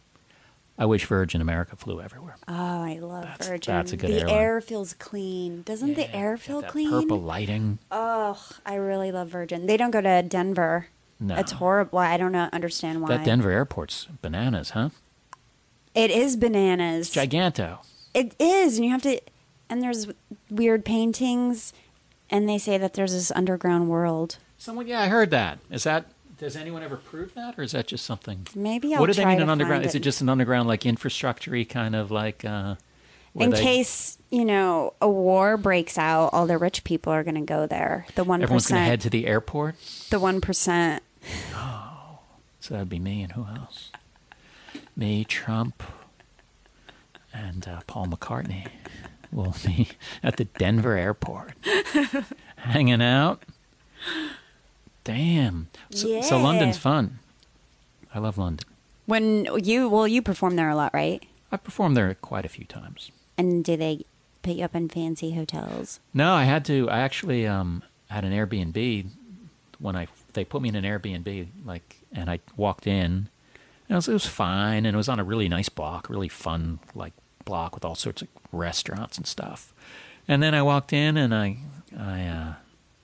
Speaker 5: I wish Virgin America flew everywhere.
Speaker 6: Oh, I love Virgin.
Speaker 5: that's a good
Speaker 6: the
Speaker 5: airline.
Speaker 6: air feels clean. Doesn't the air feel
Speaker 5: that
Speaker 6: clean?
Speaker 5: purple lighting.
Speaker 6: Oh, I really love Virgin. They don't go to Denver.
Speaker 5: No.
Speaker 6: It's horrible. I don't know, understand why.
Speaker 5: That Denver airport's bananas, huh?
Speaker 6: it is bananas.
Speaker 5: Giganto.
Speaker 6: It is, and you have to. And there's weird paintings, and they say that there's this underground world.
Speaker 5: Someone, yeah, I heard that. Is that? Does anyone ever prove that, or is that just something?
Speaker 6: Maybe I'll
Speaker 5: what do they
Speaker 6: try
Speaker 5: mean
Speaker 6: to
Speaker 5: an underground?
Speaker 6: find
Speaker 5: Is it
Speaker 6: it.
Speaker 5: just an underground like infrastructure kind of like? Uh, where
Speaker 6: In
Speaker 5: they-
Speaker 6: case you know a war breaks out, all the rich people are going to go there. The one
Speaker 5: everyone's going to head
Speaker 6: percent.
Speaker 5: to the airport.
Speaker 6: The one percent.
Speaker 5: So that'd be me and who else? Me, Trump, and uh, Paul McCartney will be at the Denver airport hanging out. Damn. So, so
Speaker 6: Yeah.
Speaker 5: London's fun. I love London.
Speaker 6: When you well, you perform there a lot, right?
Speaker 5: I've performed there quite a few times.
Speaker 6: And do they put you up in fancy hotels?
Speaker 5: No, I had to. I actually um, had an Airbnb when I they put me in an Airbnb like, and I walked in. And it was, it was fine, and it was on a really nice block, really fun like block with all sorts of restaurants and stuff. And then I walked in, and I I uh,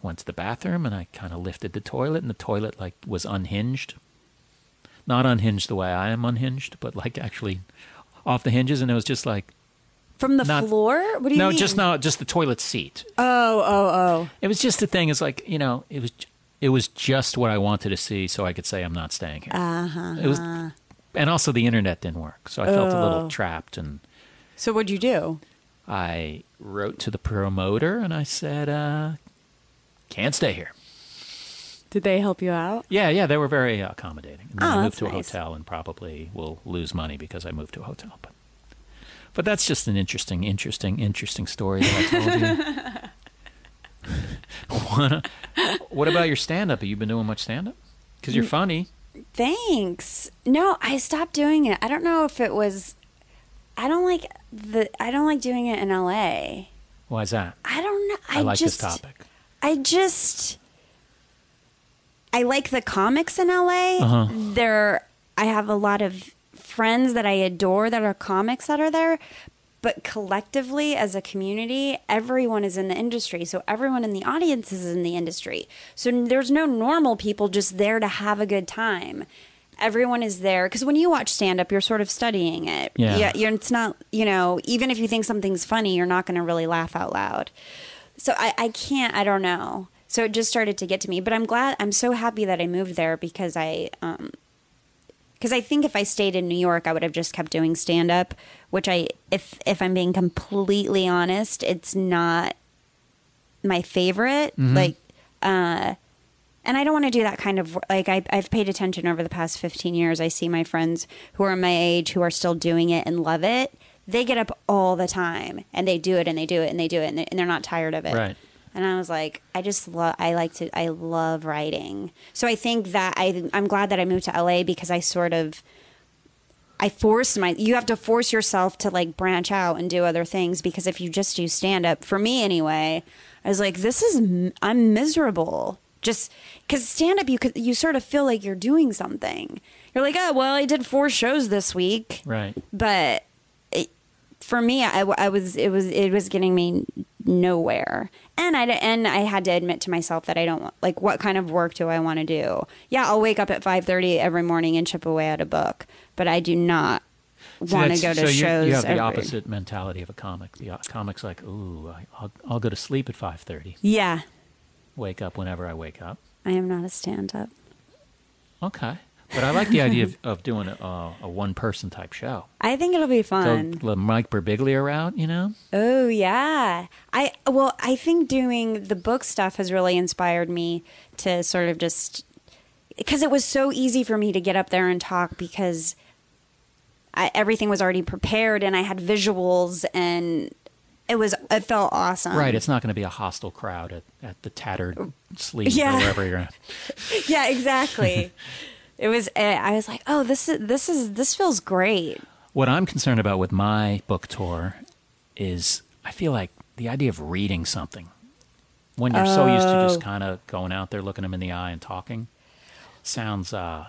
Speaker 5: went to the bathroom, and I kind of lifted the toilet, and the toilet like was unhinged, not unhinged the way I am unhinged, but like actually off the hinges, and it was just like
Speaker 6: From the
Speaker 5: Not-
Speaker 6: floor? What do you
Speaker 5: no,
Speaker 6: mean?
Speaker 5: just no, just the toilet seat.
Speaker 6: Oh, oh, oh.
Speaker 5: It was just the thing. It's like you know, it was it was just what I wanted to see, so I could say I'm not staying here. Uh-huh. It was, and also the internet didn't work, so I felt a little trapped. And
Speaker 6: Oh. So what'd you do?
Speaker 5: I wrote to the promoter and I said, uh, "Can't stay here."
Speaker 7: Did they help you out?
Speaker 5: Yeah, yeah, they were very uh, accommodating. And then
Speaker 6: Oh,
Speaker 5: I moved
Speaker 6: that's
Speaker 5: to a
Speaker 6: nice.
Speaker 5: hotel and probably will lose money because I moved to a hotel. But, but that's just an interesting, interesting, interesting story that I told you. Wanna- what about your stand up? Have you been doing much stand up? Because
Speaker 6: Mm.
Speaker 5: you're funny.
Speaker 6: Thanks. No, I stopped doing it. I don't know if it was. I don't like the. I don't like doing it in LA.
Speaker 5: Why is that?
Speaker 6: I don't know. I,
Speaker 5: I, like
Speaker 6: just,
Speaker 5: this topic.
Speaker 6: I just. I like the comics in LA. There, I have a lot of friends that I adore that are comics that are there. But collectively, as a community, everyone is in the industry. So everyone in the audience is in the industry. So n- there's no normal people just there to have a good time. Everyone is there because when you watch stand up, you're sort of studying it.
Speaker 5: Yeah.
Speaker 6: yeah you're, it's not, you know, even if you think something's funny, you're not going to really laugh out loud. So I, I can't, I don't know. So it just started to get to me, but I'm glad, I'm so happy that I moved there because I, um, because I think if I stayed in New York, I would have just kept doing stand up, which I, if if I'm being completely honest, it's not my favorite. Like, uh, and I don't want to do that kind of wor- like I, I've paid attention over the past 15 years. I see my friends who are my age who are still doing it and love it. They get up all the time and they do it and they do it and they do it and, they, and they're not tired of it.
Speaker 5: Right.
Speaker 6: And I was like, I just love. I like to. I love writing. So I think that I. I'm glad that I moved to LA because I sort of. I forced my. You have to force yourself to like branch out and do other things because if you just do stand up, for me anyway, I was like, this is. m- I'm miserable. Just because stand up, you could you sort of feel like you're doing something. You're like, oh well, I did four shows this week,
Speaker 5: Right.
Speaker 6: but for me, I, I was it was it was getting me nowhere, and I and I had to admit to myself that I don't want like what kind of work do I want to do? Yeah, I'll wake up at five thirty every morning and chip away at a book, but I do not
Speaker 5: So
Speaker 6: want
Speaker 5: that's-
Speaker 6: to go to
Speaker 5: so you-
Speaker 6: shows.
Speaker 5: You have the
Speaker 6: every-
Speaker 5: opposite mentality of a comic. The o- comic's like, ooh, I- I'll, I'll go to sleep at 5.30,
Speaker 6: Yeah,
Speaker 5: wake up whenever I wake up.
Speaker 6: I am not a stand up.
Speaker 5: Okay. But I like the idea of, of doing a, uh, a, a one person type show.
Speaker 6: I think it'll be
Speaker 5: Go
Speaker 6: fun.
Speaker 5: the Mike Birbiglia route, you know?
Speaker 6: Oh yeah. I well, I think doing the book stuff has really inspired me to sort of just because it was so easy for me to get up there and talk because I, everything was already prepared and I had visuals and it was it felt awesome.
Speaker 5: right. It's not going to be a hostile crowd at, at the tattered sleeve
Speaker 6: Oh. Yeah.
Speaker 5: or wherever you're at.
Speaker 6: yeah, exactly. it was I was like, "Oh, this is this is this feels great."
Speaker 5: What I'm concerned about with my book tour is I feel like the idea of reading something when you're so used to just kind of going out there, looking them in the eye, and talking sounds uh,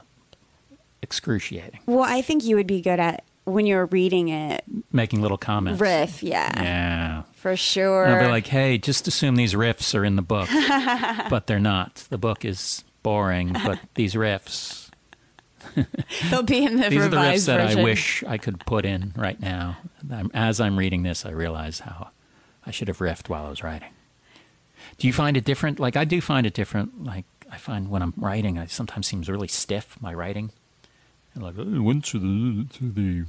Speaker 5: excruciating.
Speaker 6: Well, I think you would be good at when you're reading it.
Speaker 5: Making little comments.
Speaker 6: Riff, yeah.
Speaker 5: Yeah.
Speaker 6: For sure.
Speaker 5: And I'll be like, hey, just assume these riffs are in the book, but they're not. The book is boring, but these riffs,
Speaker 7: They'll be in the
Speaker 5: these are the riffs
Speaker 7: revised
Speaker 5: that
Speaker 7: version.
Speaker 5: I wish I could put in right now. I'm, as I'm reading this, I realize how I should have riffed while I was writing. Do you find it different? Like, I do find it different. Like, I find when I'm writing, I sometimes seems really stiff, my writing. And like, I went to the, to the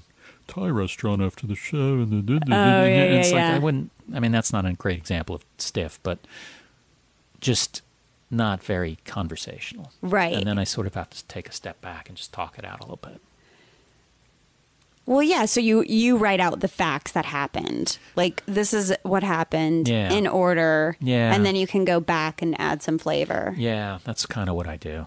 Speaker 5: Thai restaurant after the show. And, the,
Speaker 7: Oh, yeah,
Speaker 5: and it's
Speaker 7: yeah,
Speaker 5: like,
Speaker 7: yeah.
Speaker 5: I wouldn't, I mean, that's not a great example of stiff, but just not very conversational.
Speaker 6: Right.
Speaker 5: And then I sort of have to take a step back and just talk it out a little bit.
Speaker 6: Well, yeah. So you you write out the facts that happened. Like this is what happened
Speaker 5: Yeah.
Speaker 6: in order.
Speaker 5: Yeah.
Speaker 6: And then you can go back and add some flavor.
Speaker 5: Yeah, that's kind of what I do.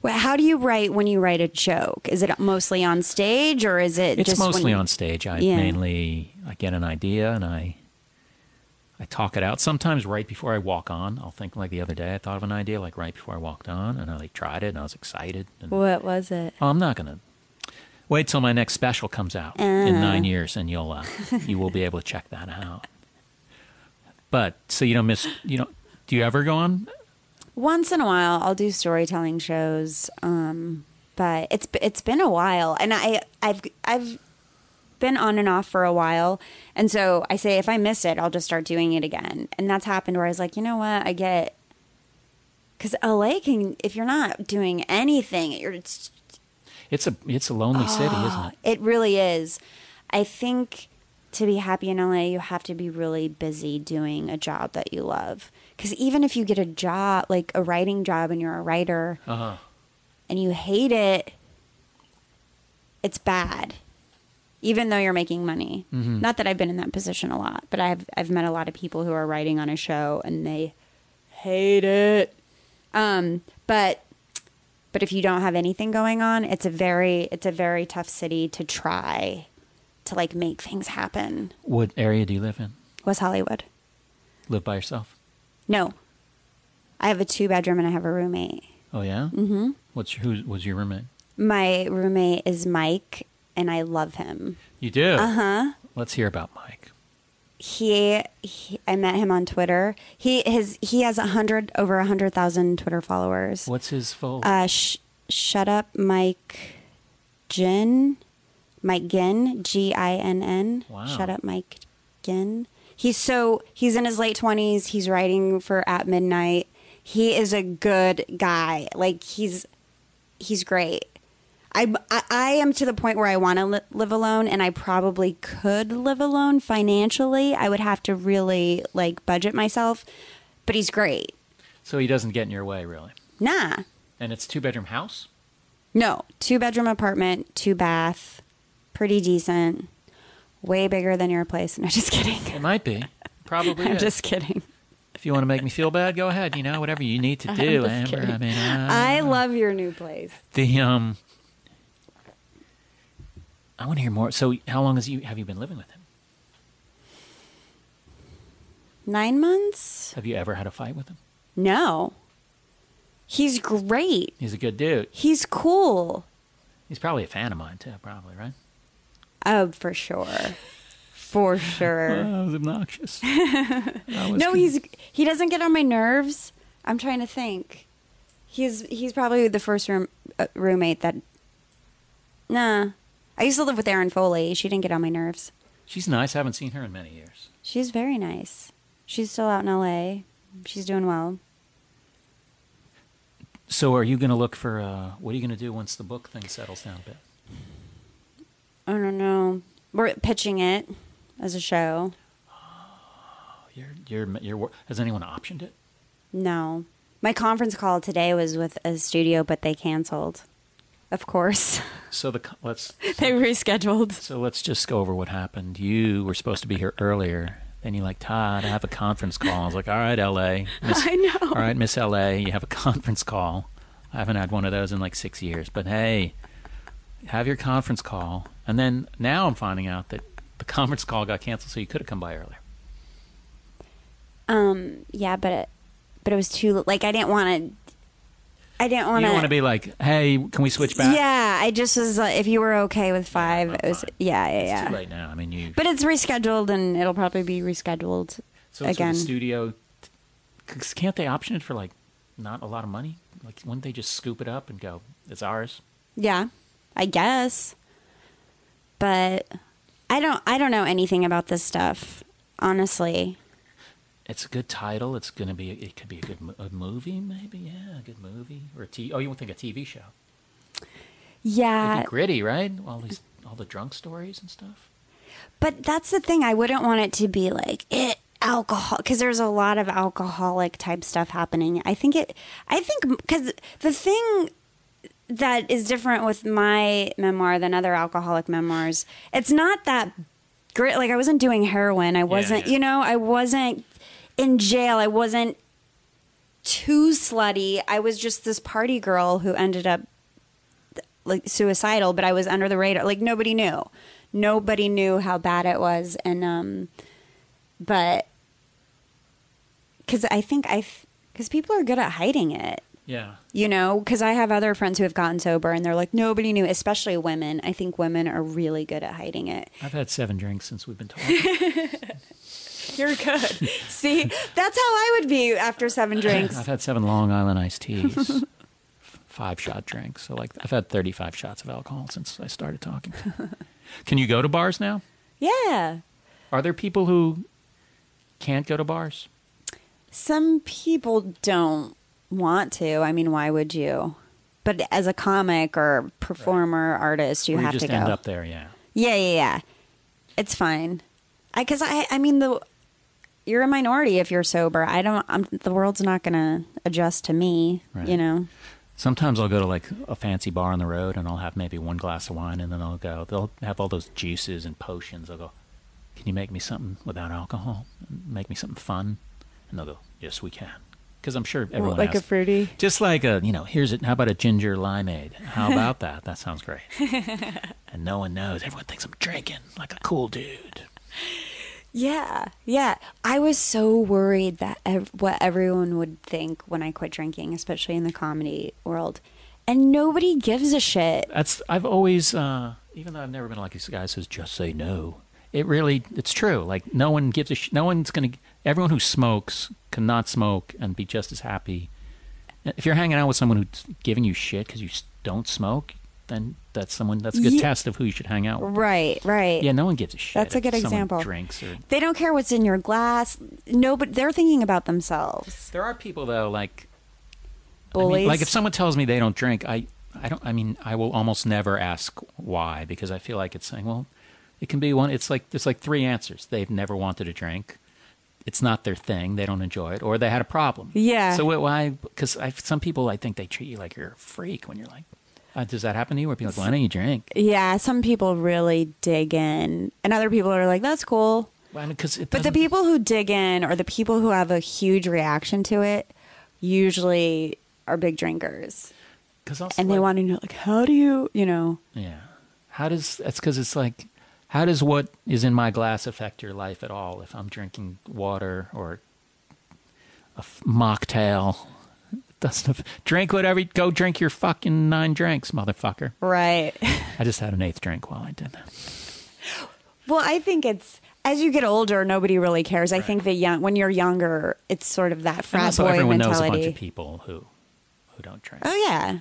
Speaker 6: Well, How do you write when you write a joke? Is it mostly on stage or is it?
Speaker 5: It's
Speaker 6: just when
Speaker 5: mostly
Speaker 6: you-
Speaker 5: on stage. I
Speaker 6: Yeah.
Speaker 5: mainly I get an idea and I I talk it out. Sometimes right before I walk on, I'll think like the other day I thought of an idea like right before I walked on and I like tried it and I was excited. And, oh,
Speaker 7: What was it?
Speaker 5: I'm not gonna wait till my next special comes out in nine years and you'll uh, you will be able to check that out. But so you don't miss you know. Do you ever go on?
Speaker 6: Once in a while, I'll do storytelling shows. Um, but it's it's been a while, and I I've I've been on and off for a while, and so I say if I miss it, I'll just start doing it again, and that's happened where I was like, you know what, I get because LA can if you're not doing anything, you're it's Ah.
Speaker 5: It's a it's a lonely city, isn't it?
Speaker 6: it really is. I think to be happy in LA, you have to be really busy doing a job that you love. Because even if you get a job, like a writing job, and you're a writer and you hate it, it's bad. Even though you're making money. Not that I've been in that position a lot, but I've I've met a lot of people who are writing on a show and they hate it. Um, but but if you don't have anything going on, it's a very it's a very tough city to try to like make things happen.
Speaker 5: What area do you live in?
Speaker 6: West Hollywood.
Speaker 5: Live by yourself?
Speaker 6: No. I have a two bedroom and I have a roommate.
Speaker 5: Oh yeah. Mm-hmm. What's your, who was your roommate?
Speaker 6: My roommate is Mike and I love him.
Speaker 5: You do. Uh
Speaker 6: Uh-huh.
Speaker 5: huh. Let's hear about Mike.
Speaker 6: He, he I met him on Twitter. He his he has a hundred over a hundred thousand Twitter followers.
Speaker 5: What's his full?
Speaker 6: Uh, sh- shut up, Mike. Gin, Mike Ginn, G I N N.
Speaker 5: Wow.
Speaker 6: Shut up, Mike Ginn. He's so he's in his late twenties. He's writing for At Midnight. He is a good guy. Like he's he's great. I, I, I am to the point where I want to li- live alone and I probably could live alone financially. I would have to really like budget myself, but he's great.
Speaker 5: so he doesn't get in your way really.
Speaker 6: Nah,
Speaker 5: And it's two bedroom house.
Speaker 6: no, two bedroom apartment, two bath, pretty decent, way bigger than your place. No, just
Speaker 5: It
Speaker 6: kidding.
Speaker 5: might be. Probably.
Speaker 6: I'm
Speaker 5: is.
Speaker 6: just kidding.
Speaker 5: If you want to make me feel bad, go ahead. You know, whatever you need to do, Amber. I mean, uh,
Speaker 6: I love your new place.
Speaker 5: the um. I want to hear more. So, how long has you have you been living with him?
Speaker 6: Nine months?
Speaker 5: Have you ever had a fight with him?
Speaker 6: No. He's great.
Speaker 5: He's a good dude.
Speaker 6: He's cool.
Speaker 5: He's probably a fan of mine too. Probably right.
Speaker 6: Oh, for sure. For sure.
Speaker 5: I was obnoxious.
Speaker 6: No, he's he doesn't get on my nerves. I'm trying to think. He's he's probably the first room uh, roommate that. Nah, I used to live with Erin Foley. She didn't get on my nerves.
Speaker 5: She's nice. I haven't seen her in many years.
Speaker 6: She's very nice. She's still out in L.A. She's doing well.
Speaker 5: So, are you going to look for? Uh, what are you going to do once the book thing settles down a bit?
Speaker 6: I don't know. We're pitching it as a show.
Speaker 5: Oh, You're, you're, you're, wor- has anyone optioned it?
Speaker 6: No, my conference call today was with a studio, but they canceled. Of course,
Speaker 5: So the co- let's
Speaker 7: They rescheduled.
Speaker 5: so let's just go over what happened. You were supposed to be here earlier. Then you're like, Todd, I have a conference call. I was like, all right, LA. Miss,
Speaker 6: I know.
Speaker 5: All right, Miss LA, you have a conference call. I haven't had one of those in like six years, but hey, have your conference call. And then now I'm finding out that the conference call got canceled, so you could have come by earlier.
Speaker 6: Um, yeah, but it, but it was too like I didn't want to. I didn't
Speaker 5: You
Speaker 6: want
Speaker 5: don't want to be like, hey, can we switch back?
Speaker 6: Yeah, I just was. Uh, if you were okay with five, it was. Yeah, yeah, yeah.
Speaker 5: It's too late now. I mean, you.
Speaker 6: But it's rescheduled, and it'll probably be rescheduled
Speaker 5: so it's
Speaker 6: again.
Speaker 5: with the studio. Cause can't they option it for like not a lot of money? Like, wouldn't they just scoop it up and go, it's ours?
Speaker 6: yeah, I guess. But I don't. I don't know anything about this stuff, honestly.
Speaker 5: It's a good title. It's gonna be. It could be a good mo- a movie, maybe. Yeah, a good movie or a t. Oh, you would think a TV show. It'd
Speaker 6: Yeah,
Speaker 5: be gritty, right? All these, all the drunk stories and stuff.
Speaker 6: but that's the thing. I wouldn't want it to be like it alcohol because there's a lot of alcoholic type stuff happening. I think it. I think because the thing that is different with my memoir than other alcoholic memoirs, it's not that great. Like I wasn't doing heroin. I wasn't.
Speaker 5: yeah.
Speaker 6: You know, I wasn't in jail. I wasn't too slutty. I was just this party girl who ended up like suicidal, but I was under the radar. Like nobody knew. Nobody knew how bad it was and um but cuz I think I cuz people are good at hiding it.
Speaker 5: Yeah.
Speaker 6: You know, cuz I have other friends who have gotten sober and they're like nobody knew, especially women. I think women are really good at hiding it.
Speaker 5: I've had seven drinks since we've been talking.
Speaker 6: You're good. See, that's how I would be after 7 drinks.
Speaker 5: I've had seven Long Island iced teas, f- five shot drinks. So like, I've had thirty-five shots of alcohol since I started talking. Can you go to bars now?
Speaker 6: Yeah.
Speaker 5: Are there people who can't go to bars?
Speaker 6: Some people don't want to. I mean, why would you? But as a comic or performer, artist, you
Speaker 5: Or you
Speaker 6: have
Speaker 5: just
Speaker 6: to go.
Speaker 5: end up there, yeah.
Speaker 6: Yeah, yeah, yeah. It's fine. because I, I mean the you're a minority if you're sober. I don't. I'm, the world's not going to adjust to me.
Speaker 5: Right.
Speaker 6: You know.
Speaker 5: Sometimes I'll go to like a fancy bar on the road and I'll have maybe one glass of wine and then I'll go. They'll have all those juices and potions. I'll go, can you make me something without alcohol? Make me something fun? And they'll go, yes, we can. Because I'm sure everyone
Speaker 7: like a
Speaker 5: asks-
Speaker 7: fruity.
Speaker 5: Just like a, you know, here's it. How about a ginger limeade? How about that? That sounds great. and no one knows. Everyone thinks I'm drinking like a cool dude.
Speaker 6: Yeah, yeah. I was so worried that ev- what everyone would think when I quit drinking, especially in the comedy world, and nobody gives a shit.
Speaker 5: That's I've always, uh, even though I've never been like this guy who says just say no. It really, it's true. Like no one gives a sh- no one's gonna. Everyone who smokes cannot smoke and be just as happy. If you're hanging out with someone who's giving you shit because you s- don't smoke, then that's someone. That's a good
Speaker 6: Ye-
Speaker 5: test of who you should hang out with.
Speaker 6: Right, right.
Speaker 5: Yeah, no one gives a shit.
Speaker 6: That's a
Speaker 5: if
Speaker 6: good
Speaker 5: someone
Speaker 6: example.
Speaker 5: Drinks or
Speaker 6: They don't care what's in your glass. No, but they're thinking about themselves.
Speaker 5: there are people though like I mean,
Speaker 6: Bullies.
Speaker 5: like if someone tells me they don't drink, I, I don't. I mean, I will almost never ask why because I feel like it's saying, well, it can be one. It's like there's like three answers. They've never wanted a drink. It's not their thing. They don't enjoy it, or they had a problem.
Speaker 6: Yeah.
Speaker 5: So what- why? Because some people, I think they treat you like you're a freak when you're like, uh, does that happen to you? Where people are like, why don't you drink?
Speaker 6: yeah, some people really dig in, and other people are like, "That's cool."
Speaker 5: Well, I mean, because
Speaker 6: But the people who dig in, or the people who have a huge reaction to it, usually are big drinkers, and they want to know, like, how do you, you know?
Speaker 5: Yeah. How does that's because it's like, how does what is in my glass affect your life at all? If I'm drinking water or a f- mocktail, it doesn't drink whatever. Go drink your fucking nine drinks, motherfucker.
Speaker 6: Right.
Speaker 5: I just had an eighth drink while I did that.
Speaker 6: Well, I think it's as you get older, nobody really cares. I think that young, when you're younger, it's sort of that
Speaker 5: And
Speaker 6: frat
Speaker 5: also,
Speaker 6: boy
Speaker 5: everyone knows a
Speaker 6: mentality.
Speaker 5: bunch of people who who don't drink.
Speaker 6: oh yeah,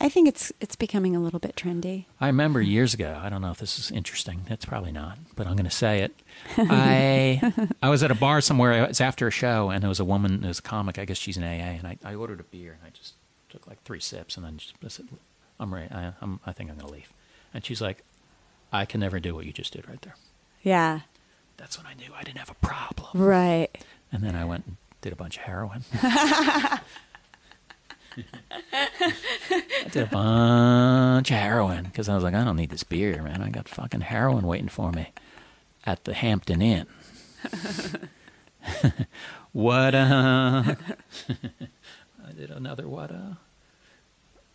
Speaker 6: I think it's it's becoming a little bit trendy.
Speaker 5: I remember years ago. I don't know if this is interesting. That's probably not, but I'm going to say it. I I was at a bar somewhere. It was after a show, and there was a woman. It was a comic. I guess she's an AA, and I, I ordered a beer, and I just took like three sips, and then just, I said, "I'm right. I, I'm, I think I'm going to leave." And she's like, "I can never do what you just did right there."
Speaker 6: Yeah.
Speaker 5: That's when I knew I didn't have a problem.
Speaker 6: Right.
Speaker 5: And then I went and did a bunch of heroin. I did a bunch of heroin because I was like, I don't need this beer, man. I got fucking heroin waiting for me at the Hampton Inn. what uh? I did another what uh?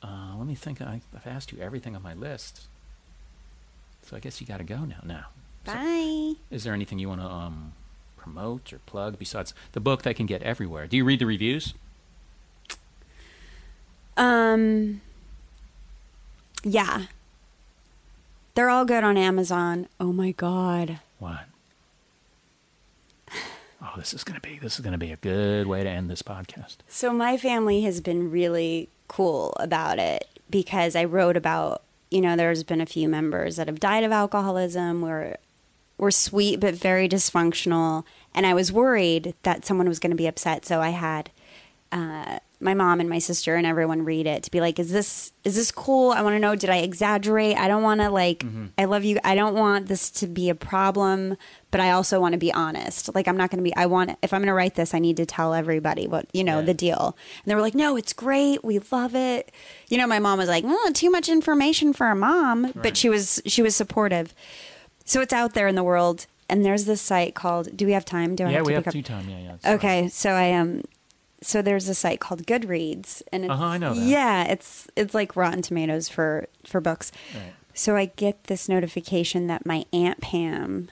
Speaker 5: Uh, let me think. I, I've asked you everything on my list, so I guess you got to go now. Now.
Speaker 6: Bye.
Speaker 5: Is there anything you want to um, promote or plug besides the book that can get everywhere? Do you read the reviews?
Speaker 6: Um. Yeah. They're all good on Amazon. Oh my god.
Speaker 5: What? Oh, this is gonna be this is gonna be a good way to end this podcast.
Speaker 6: So my family has been really cool about it because I wrote about, you know, there's been a few members that have died of alcoholism. We're we're sweet but very dysfunctional, and I was worried that someone was going to be upset, so I had uh, my mom and my sister and everyone read it to be like, is this is this cool? I want to know. Did I exaggerate? I don't want to like.
Speaker 5: Mm-hmm.
Speaker 6: I love you. I don't want this to be a problem, but I also want to be honest. Like I'm not going to be. I want if I'm going to write this, I need to tell everybody what you know the deal. And they were like, no, it's great. We love it. You know, my mom was like, "Mm, too much information for a mom, but she was she was supportive. So it's out there in the world. And there's this site called. Do we have time? Do I
Speaker 5: yeah,
Speaker 6: have to
Speaker 5: we have
Speaker 6: pick up?
Speaker 5: two time. Yeah, yeah. it's
Speaker 6: Okay, so I um, so there's a site called Goodreads, and it's,
Speaker 5: Uh-huh, I know that.
Speaker 6: Yeah, it's it's like Rotten Tomatoes for for books.
Speaker 5: Right.
Speaker 6: So I get this notification that my aunt Pam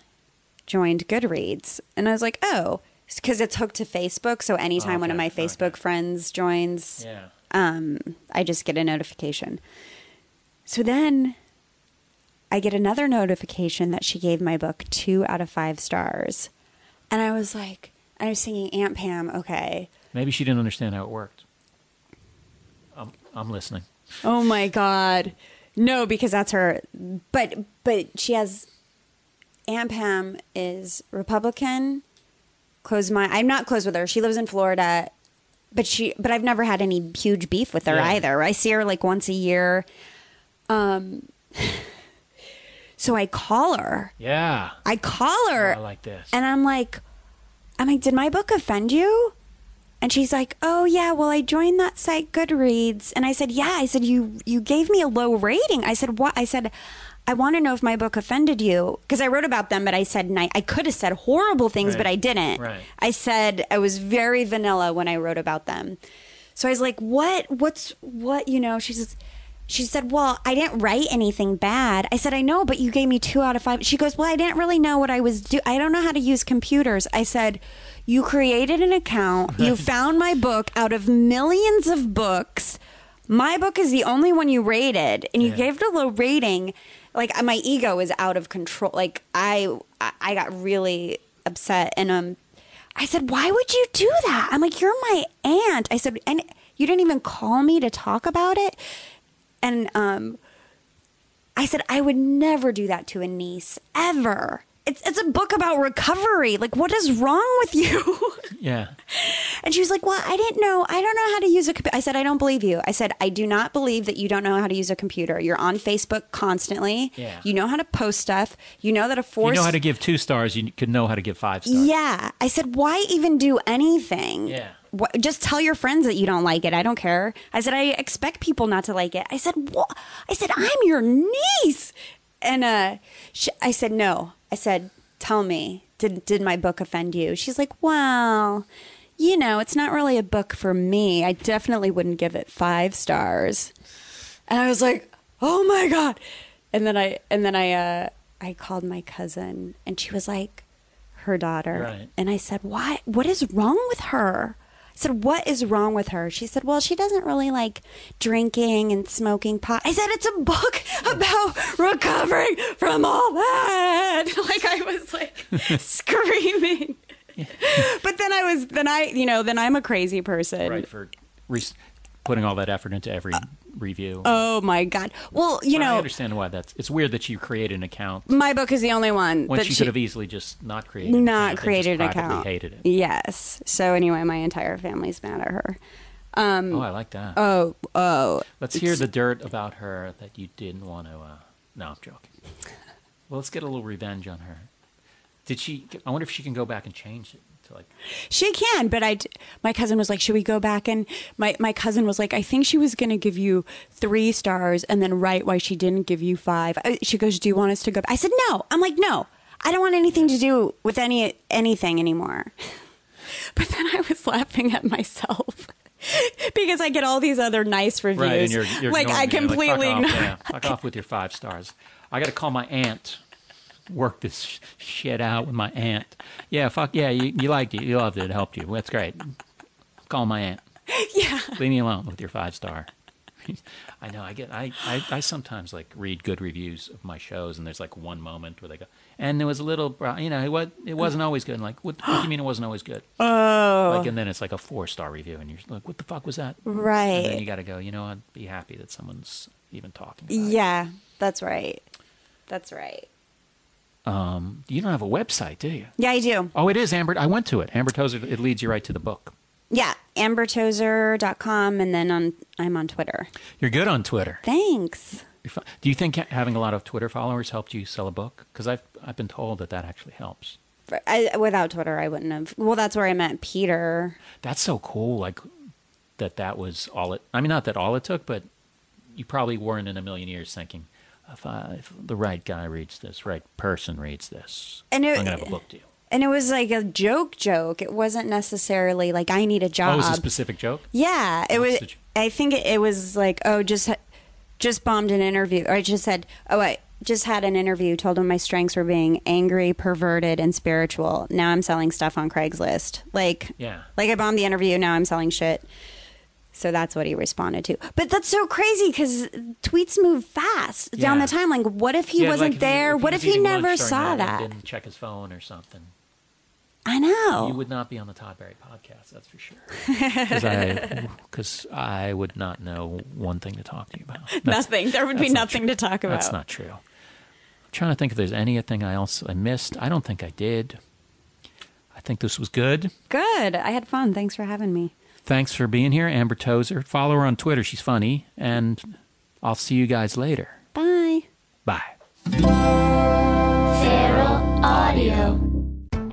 Speaker 6: joined Goodreads, and I was like, oh, because it's hooked to Facebook. So anytime one of
Speaker 5: Oh, Okay,
Speaker 6: my
Speaker 5: okay.
Speaker 6: Facebook friends
Speaker 5: fine.
Speaker 6: joins,
Speaker 5: Yeah.
Speaker 6: um, I just get a notification. So then I get another notification that she gave my book two out of five stars. And I was like, I was thinking, Aunt Pam, okay.
Speaker 5: Maybe she didn't understand how it worked. I'm I'm listening.
Speaker 6: Oh my God. No, because that's her. But, but she has, Aunt Pam is Republican, close my, I'm not close with her. She lives in Florida. But she, but I've never had any huge beef with her
Speaker 5: Yeah.
Speaker 6: either. I see her like once a year. Um, So I call her.
Speaker 5: Yeah.
Speaker 6: I call her.
Speaker 5: Oh, I like this.
Speaker 6: And I'm like, I'm like, did my book offend you? And she's like, Oh yeah, well I joined that site Goodreads. And I said, Yeah. I said, You you gave me a low rating. I said, What? I said, I want to know if my book offended you because I wrote about them, but I said ni- I could have said horrible things, but I didn't.
Speaker 5: Right.
Speaker 6: I said I was very vanilla when I wrote about them. So I was like, "What? What's what? You know?" She says, "She said, well, I didn't write anything bad." I said, "I know, but you gave me two out of five. She goes, "Well, I didn't really know what I was do. I don't know how to use computers." I said, "You created an account. You found my book out of millions of books." My book is the only one you rated, and you gave it a low rating. Like my ego is out of control. Like I, I- I got really upset, and um, I said, "Why would you do that?" I'm like, "You're my aunt." I said, "And you didn't even call me to talk about it." And um, I said, "I would never do that to a niece ever." It's it's a book about recovery. Like, what is wrong with you?
Speaker 5: yeah.
Speaker 6: And she was like, "Well, I didn't know. I don't know how to use a computer." I said, "I don't believe you." I said, "I do not believe that you don't know how to use a computer. You're on Facebook constantly.
Speaker 5: Yeah.
Speaker 6: You know how to post stuff. You know that a
Speaker 5: You
Speaker 6: force.
Speaker 5: know how to give two stars, you could know how to give five stars.
Speaker 6: yeah." I said, "Why even do anything?
Speaker 5: Yeah.
Speaker 6: Wh- just tell your friends that you don't like it. I don't care." I said, "I expect people not to like it." I said, "What?" I said, "I'm your niece," and uh, sh I said, "No." I said, "Tell me, did did my book offend you?" She's like, "Well." you know, it's not really a book for me. I definitely wouldn't give it five stars. And I was like, oh my God. And then I, and then I, uh, I called my cousin and she was like, her daughter.
Speaker 5: Right.
Speaker 6: And I said, what, what is wrong with her? I said, what is wrong with her? She said, well, she doesn't really like drinking and smoking pot. I said, it's a book about recovering from all that. Like I was like screaming but then I was then I you know then I'm a crazy person.
Speaker 5: Right for re- putting all that effort into every review.
Speaker 6: Uh, Oh my god. Well, you
Speaker 5: I
Speaker 6: know,
Speaker 5: understand why that's. It's weird that you create an account
Speaker 6: my book is the only one
Speaker 5: when
Speaker 6: that
Speaker 5: she
Speaker 6: she
Speaker 5: could have easily just not created. an
Speaker 6: not
Speaker 5: account and just
Speaker 6: created Mm. an
Speaker 5: privately
Speaker 6: account.
Speaker 5: Hated it.
Speaker 6: Yes. So anyway, my entire family's mad at her. Um
Speaker 5: Oh, I like that.
Speaker 6: oh oh
Speaker 5: Let's hear the dirt about her that you didn't want to. Uh, no, I'm joking. Well, let's get a little revenge on her. Did she? I wonder if she can go back and change it to like.
Speaker 6: She can, but I. d- My cousin was like, "Should we go back?" And my my cousin was like, "I think she was going to give you three stars, and then write why she didn't give you five. I- She goes, "Do you want us to go?" I said, "No." I'm like, "No, I don't want anything to do with any anything anymore." But then I was laughing at myself because I get all these other nice reviews.
Speaker 5: Right, and you're, you're
Speaker 6: like I
Speaker 5: ignoring me. like,
Speaker 6: completely
Speaker 5: fuck
Speaker 6: ignore.
Speaker 5: Off, yeah, fuck off with your five stars. I got to call my aunt. Work this sh- shit out with my aunt. Yeah, fuck yeah. You, you liked it. You loved it. It helped you. That's great. Call my aunt.
Speaker 6: Yeah.
Speaker 5: Leave me alone with your five star. I know. I get. I, I I sometimes like read good reviews of my shows, and there's like one moment where they go, and there was a little, bro- you know, it was it wasn't always good. And like, what, what do you mean it wasn't always good? Oh. Like, and then it's like a four star review, and you're like, what the fuck was that? And then
Speaker 6: Right.
Speaker 5: you got to go. You know, I'd be happy that someone's even talking. About it.
Speaker 6: Yeah, that's right. That's right.
Speaker 5: You don't have a website, do you?
Speaker 6: Yeah, I do.
Speaker 5: Oh, it is Amber. I went to it. Amber Tozer. It leads you right to the book.
Speaker 6: Yeah, ambertozer.com and then on I'm on Twitter.
Speaker 5: You're good on Twitter.
Speaker 6: Thanks.
Speaker 5: You're fi- Do you think ha- having a lot of Twitter followers helped you sell a book? Because I've I've been told that that actually helps.
Speaker 6: For- I, without Twitter, I wouldn't have. Well, that's where I met Peter.
Speaker 5: That's so cool. Like that. That was all it. I mean, not that all it took, but you probably weren't in a million years thinking if, I, if the right guy reads this, right person reads this,
Speaker 6: And it-
Speaker 5: I'm gonna have a book deal.
Speaker 6: And it was like a joke joke. It wasn't necessarily like I need a
Speaker 5: Oh, it
Speaker 6: job.
Speaker 5: was a specific joke.
Speaker 6: yeah, it was
Speaker 5: the joke?
Speaker 6: I think it, it was like, oh, just just bombed an interview or I just said, "Oh, I just had an interview, told him my strengths were being angry, perverted, and spiritual. Now I'm selling stuff on Craigslist." Like
Speaker 5: Yeah.
Speaker 6: Like I bombed the interview, now I'm selling shit. So that's what he responded to. But that's so crazy because tweets move fast down
Speaker 5: Yeah.
Speaker 6: the timeline. Like, what if he
Speaker 5: Yeah,
Speaker 6: wasn't
Speaker 5: like if
Speaker 6: there?
Speaker 5: if
Speaker 6: what
Speaker 5: was
Speaker 6: if he
Speaker 5: eating lunch
Speaker 6: never
Speaker 5: during
Speaker 6: saw that?
Speaker 5: and didn't check his phone or something?
Speaker 6: I know.
Speaker 5: You would not be on the Todd Berry podcast, that's for sure. Because I, 'cause I would not know one thing to talk to you about. That's-
Speaker 6: nothing. There would be
Speaker 5: that's not
Speaker 6: nothing to talk about.
Speaker 5: That's not true. I'm trying to think if there's anything I else I missed. I don't think I did. I think this was good.
Speaker 6: Good. I had fun. Thanks for having me.
Speaker 5: Thanks for being here, Amber Tozer. Follow her on Twitter. She's funny. And I'll see you guys later.
Speaker 6: Bye.
Speaker 5: Bye.
Speaker 3: Feral Audio.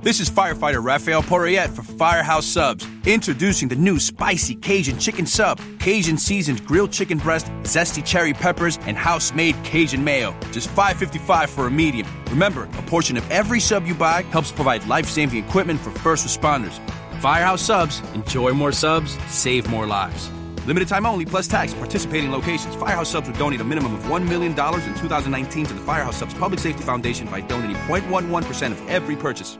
Speaker 8: This is firefighter Raphael Porriette for Firehouse Subs. Introducing the new spicy Cajun chicken sub, Cajun seasoned grilled chicken breast, zesty cherry peppers, and house-made Cajun mayo. Just $5.55 for a medium. Remember, a portion of every sub you buy helps provide life-saving equipment for first responders. Firehouse Subs. Enjoy more subs, save more lives. Limited time only, plus tax. Participating locations. Firehouse Subs would donate a minimum of $1 million in 2019 to the Firehouse Subs Public Safety Foundation by donating 0.11% of every purchase.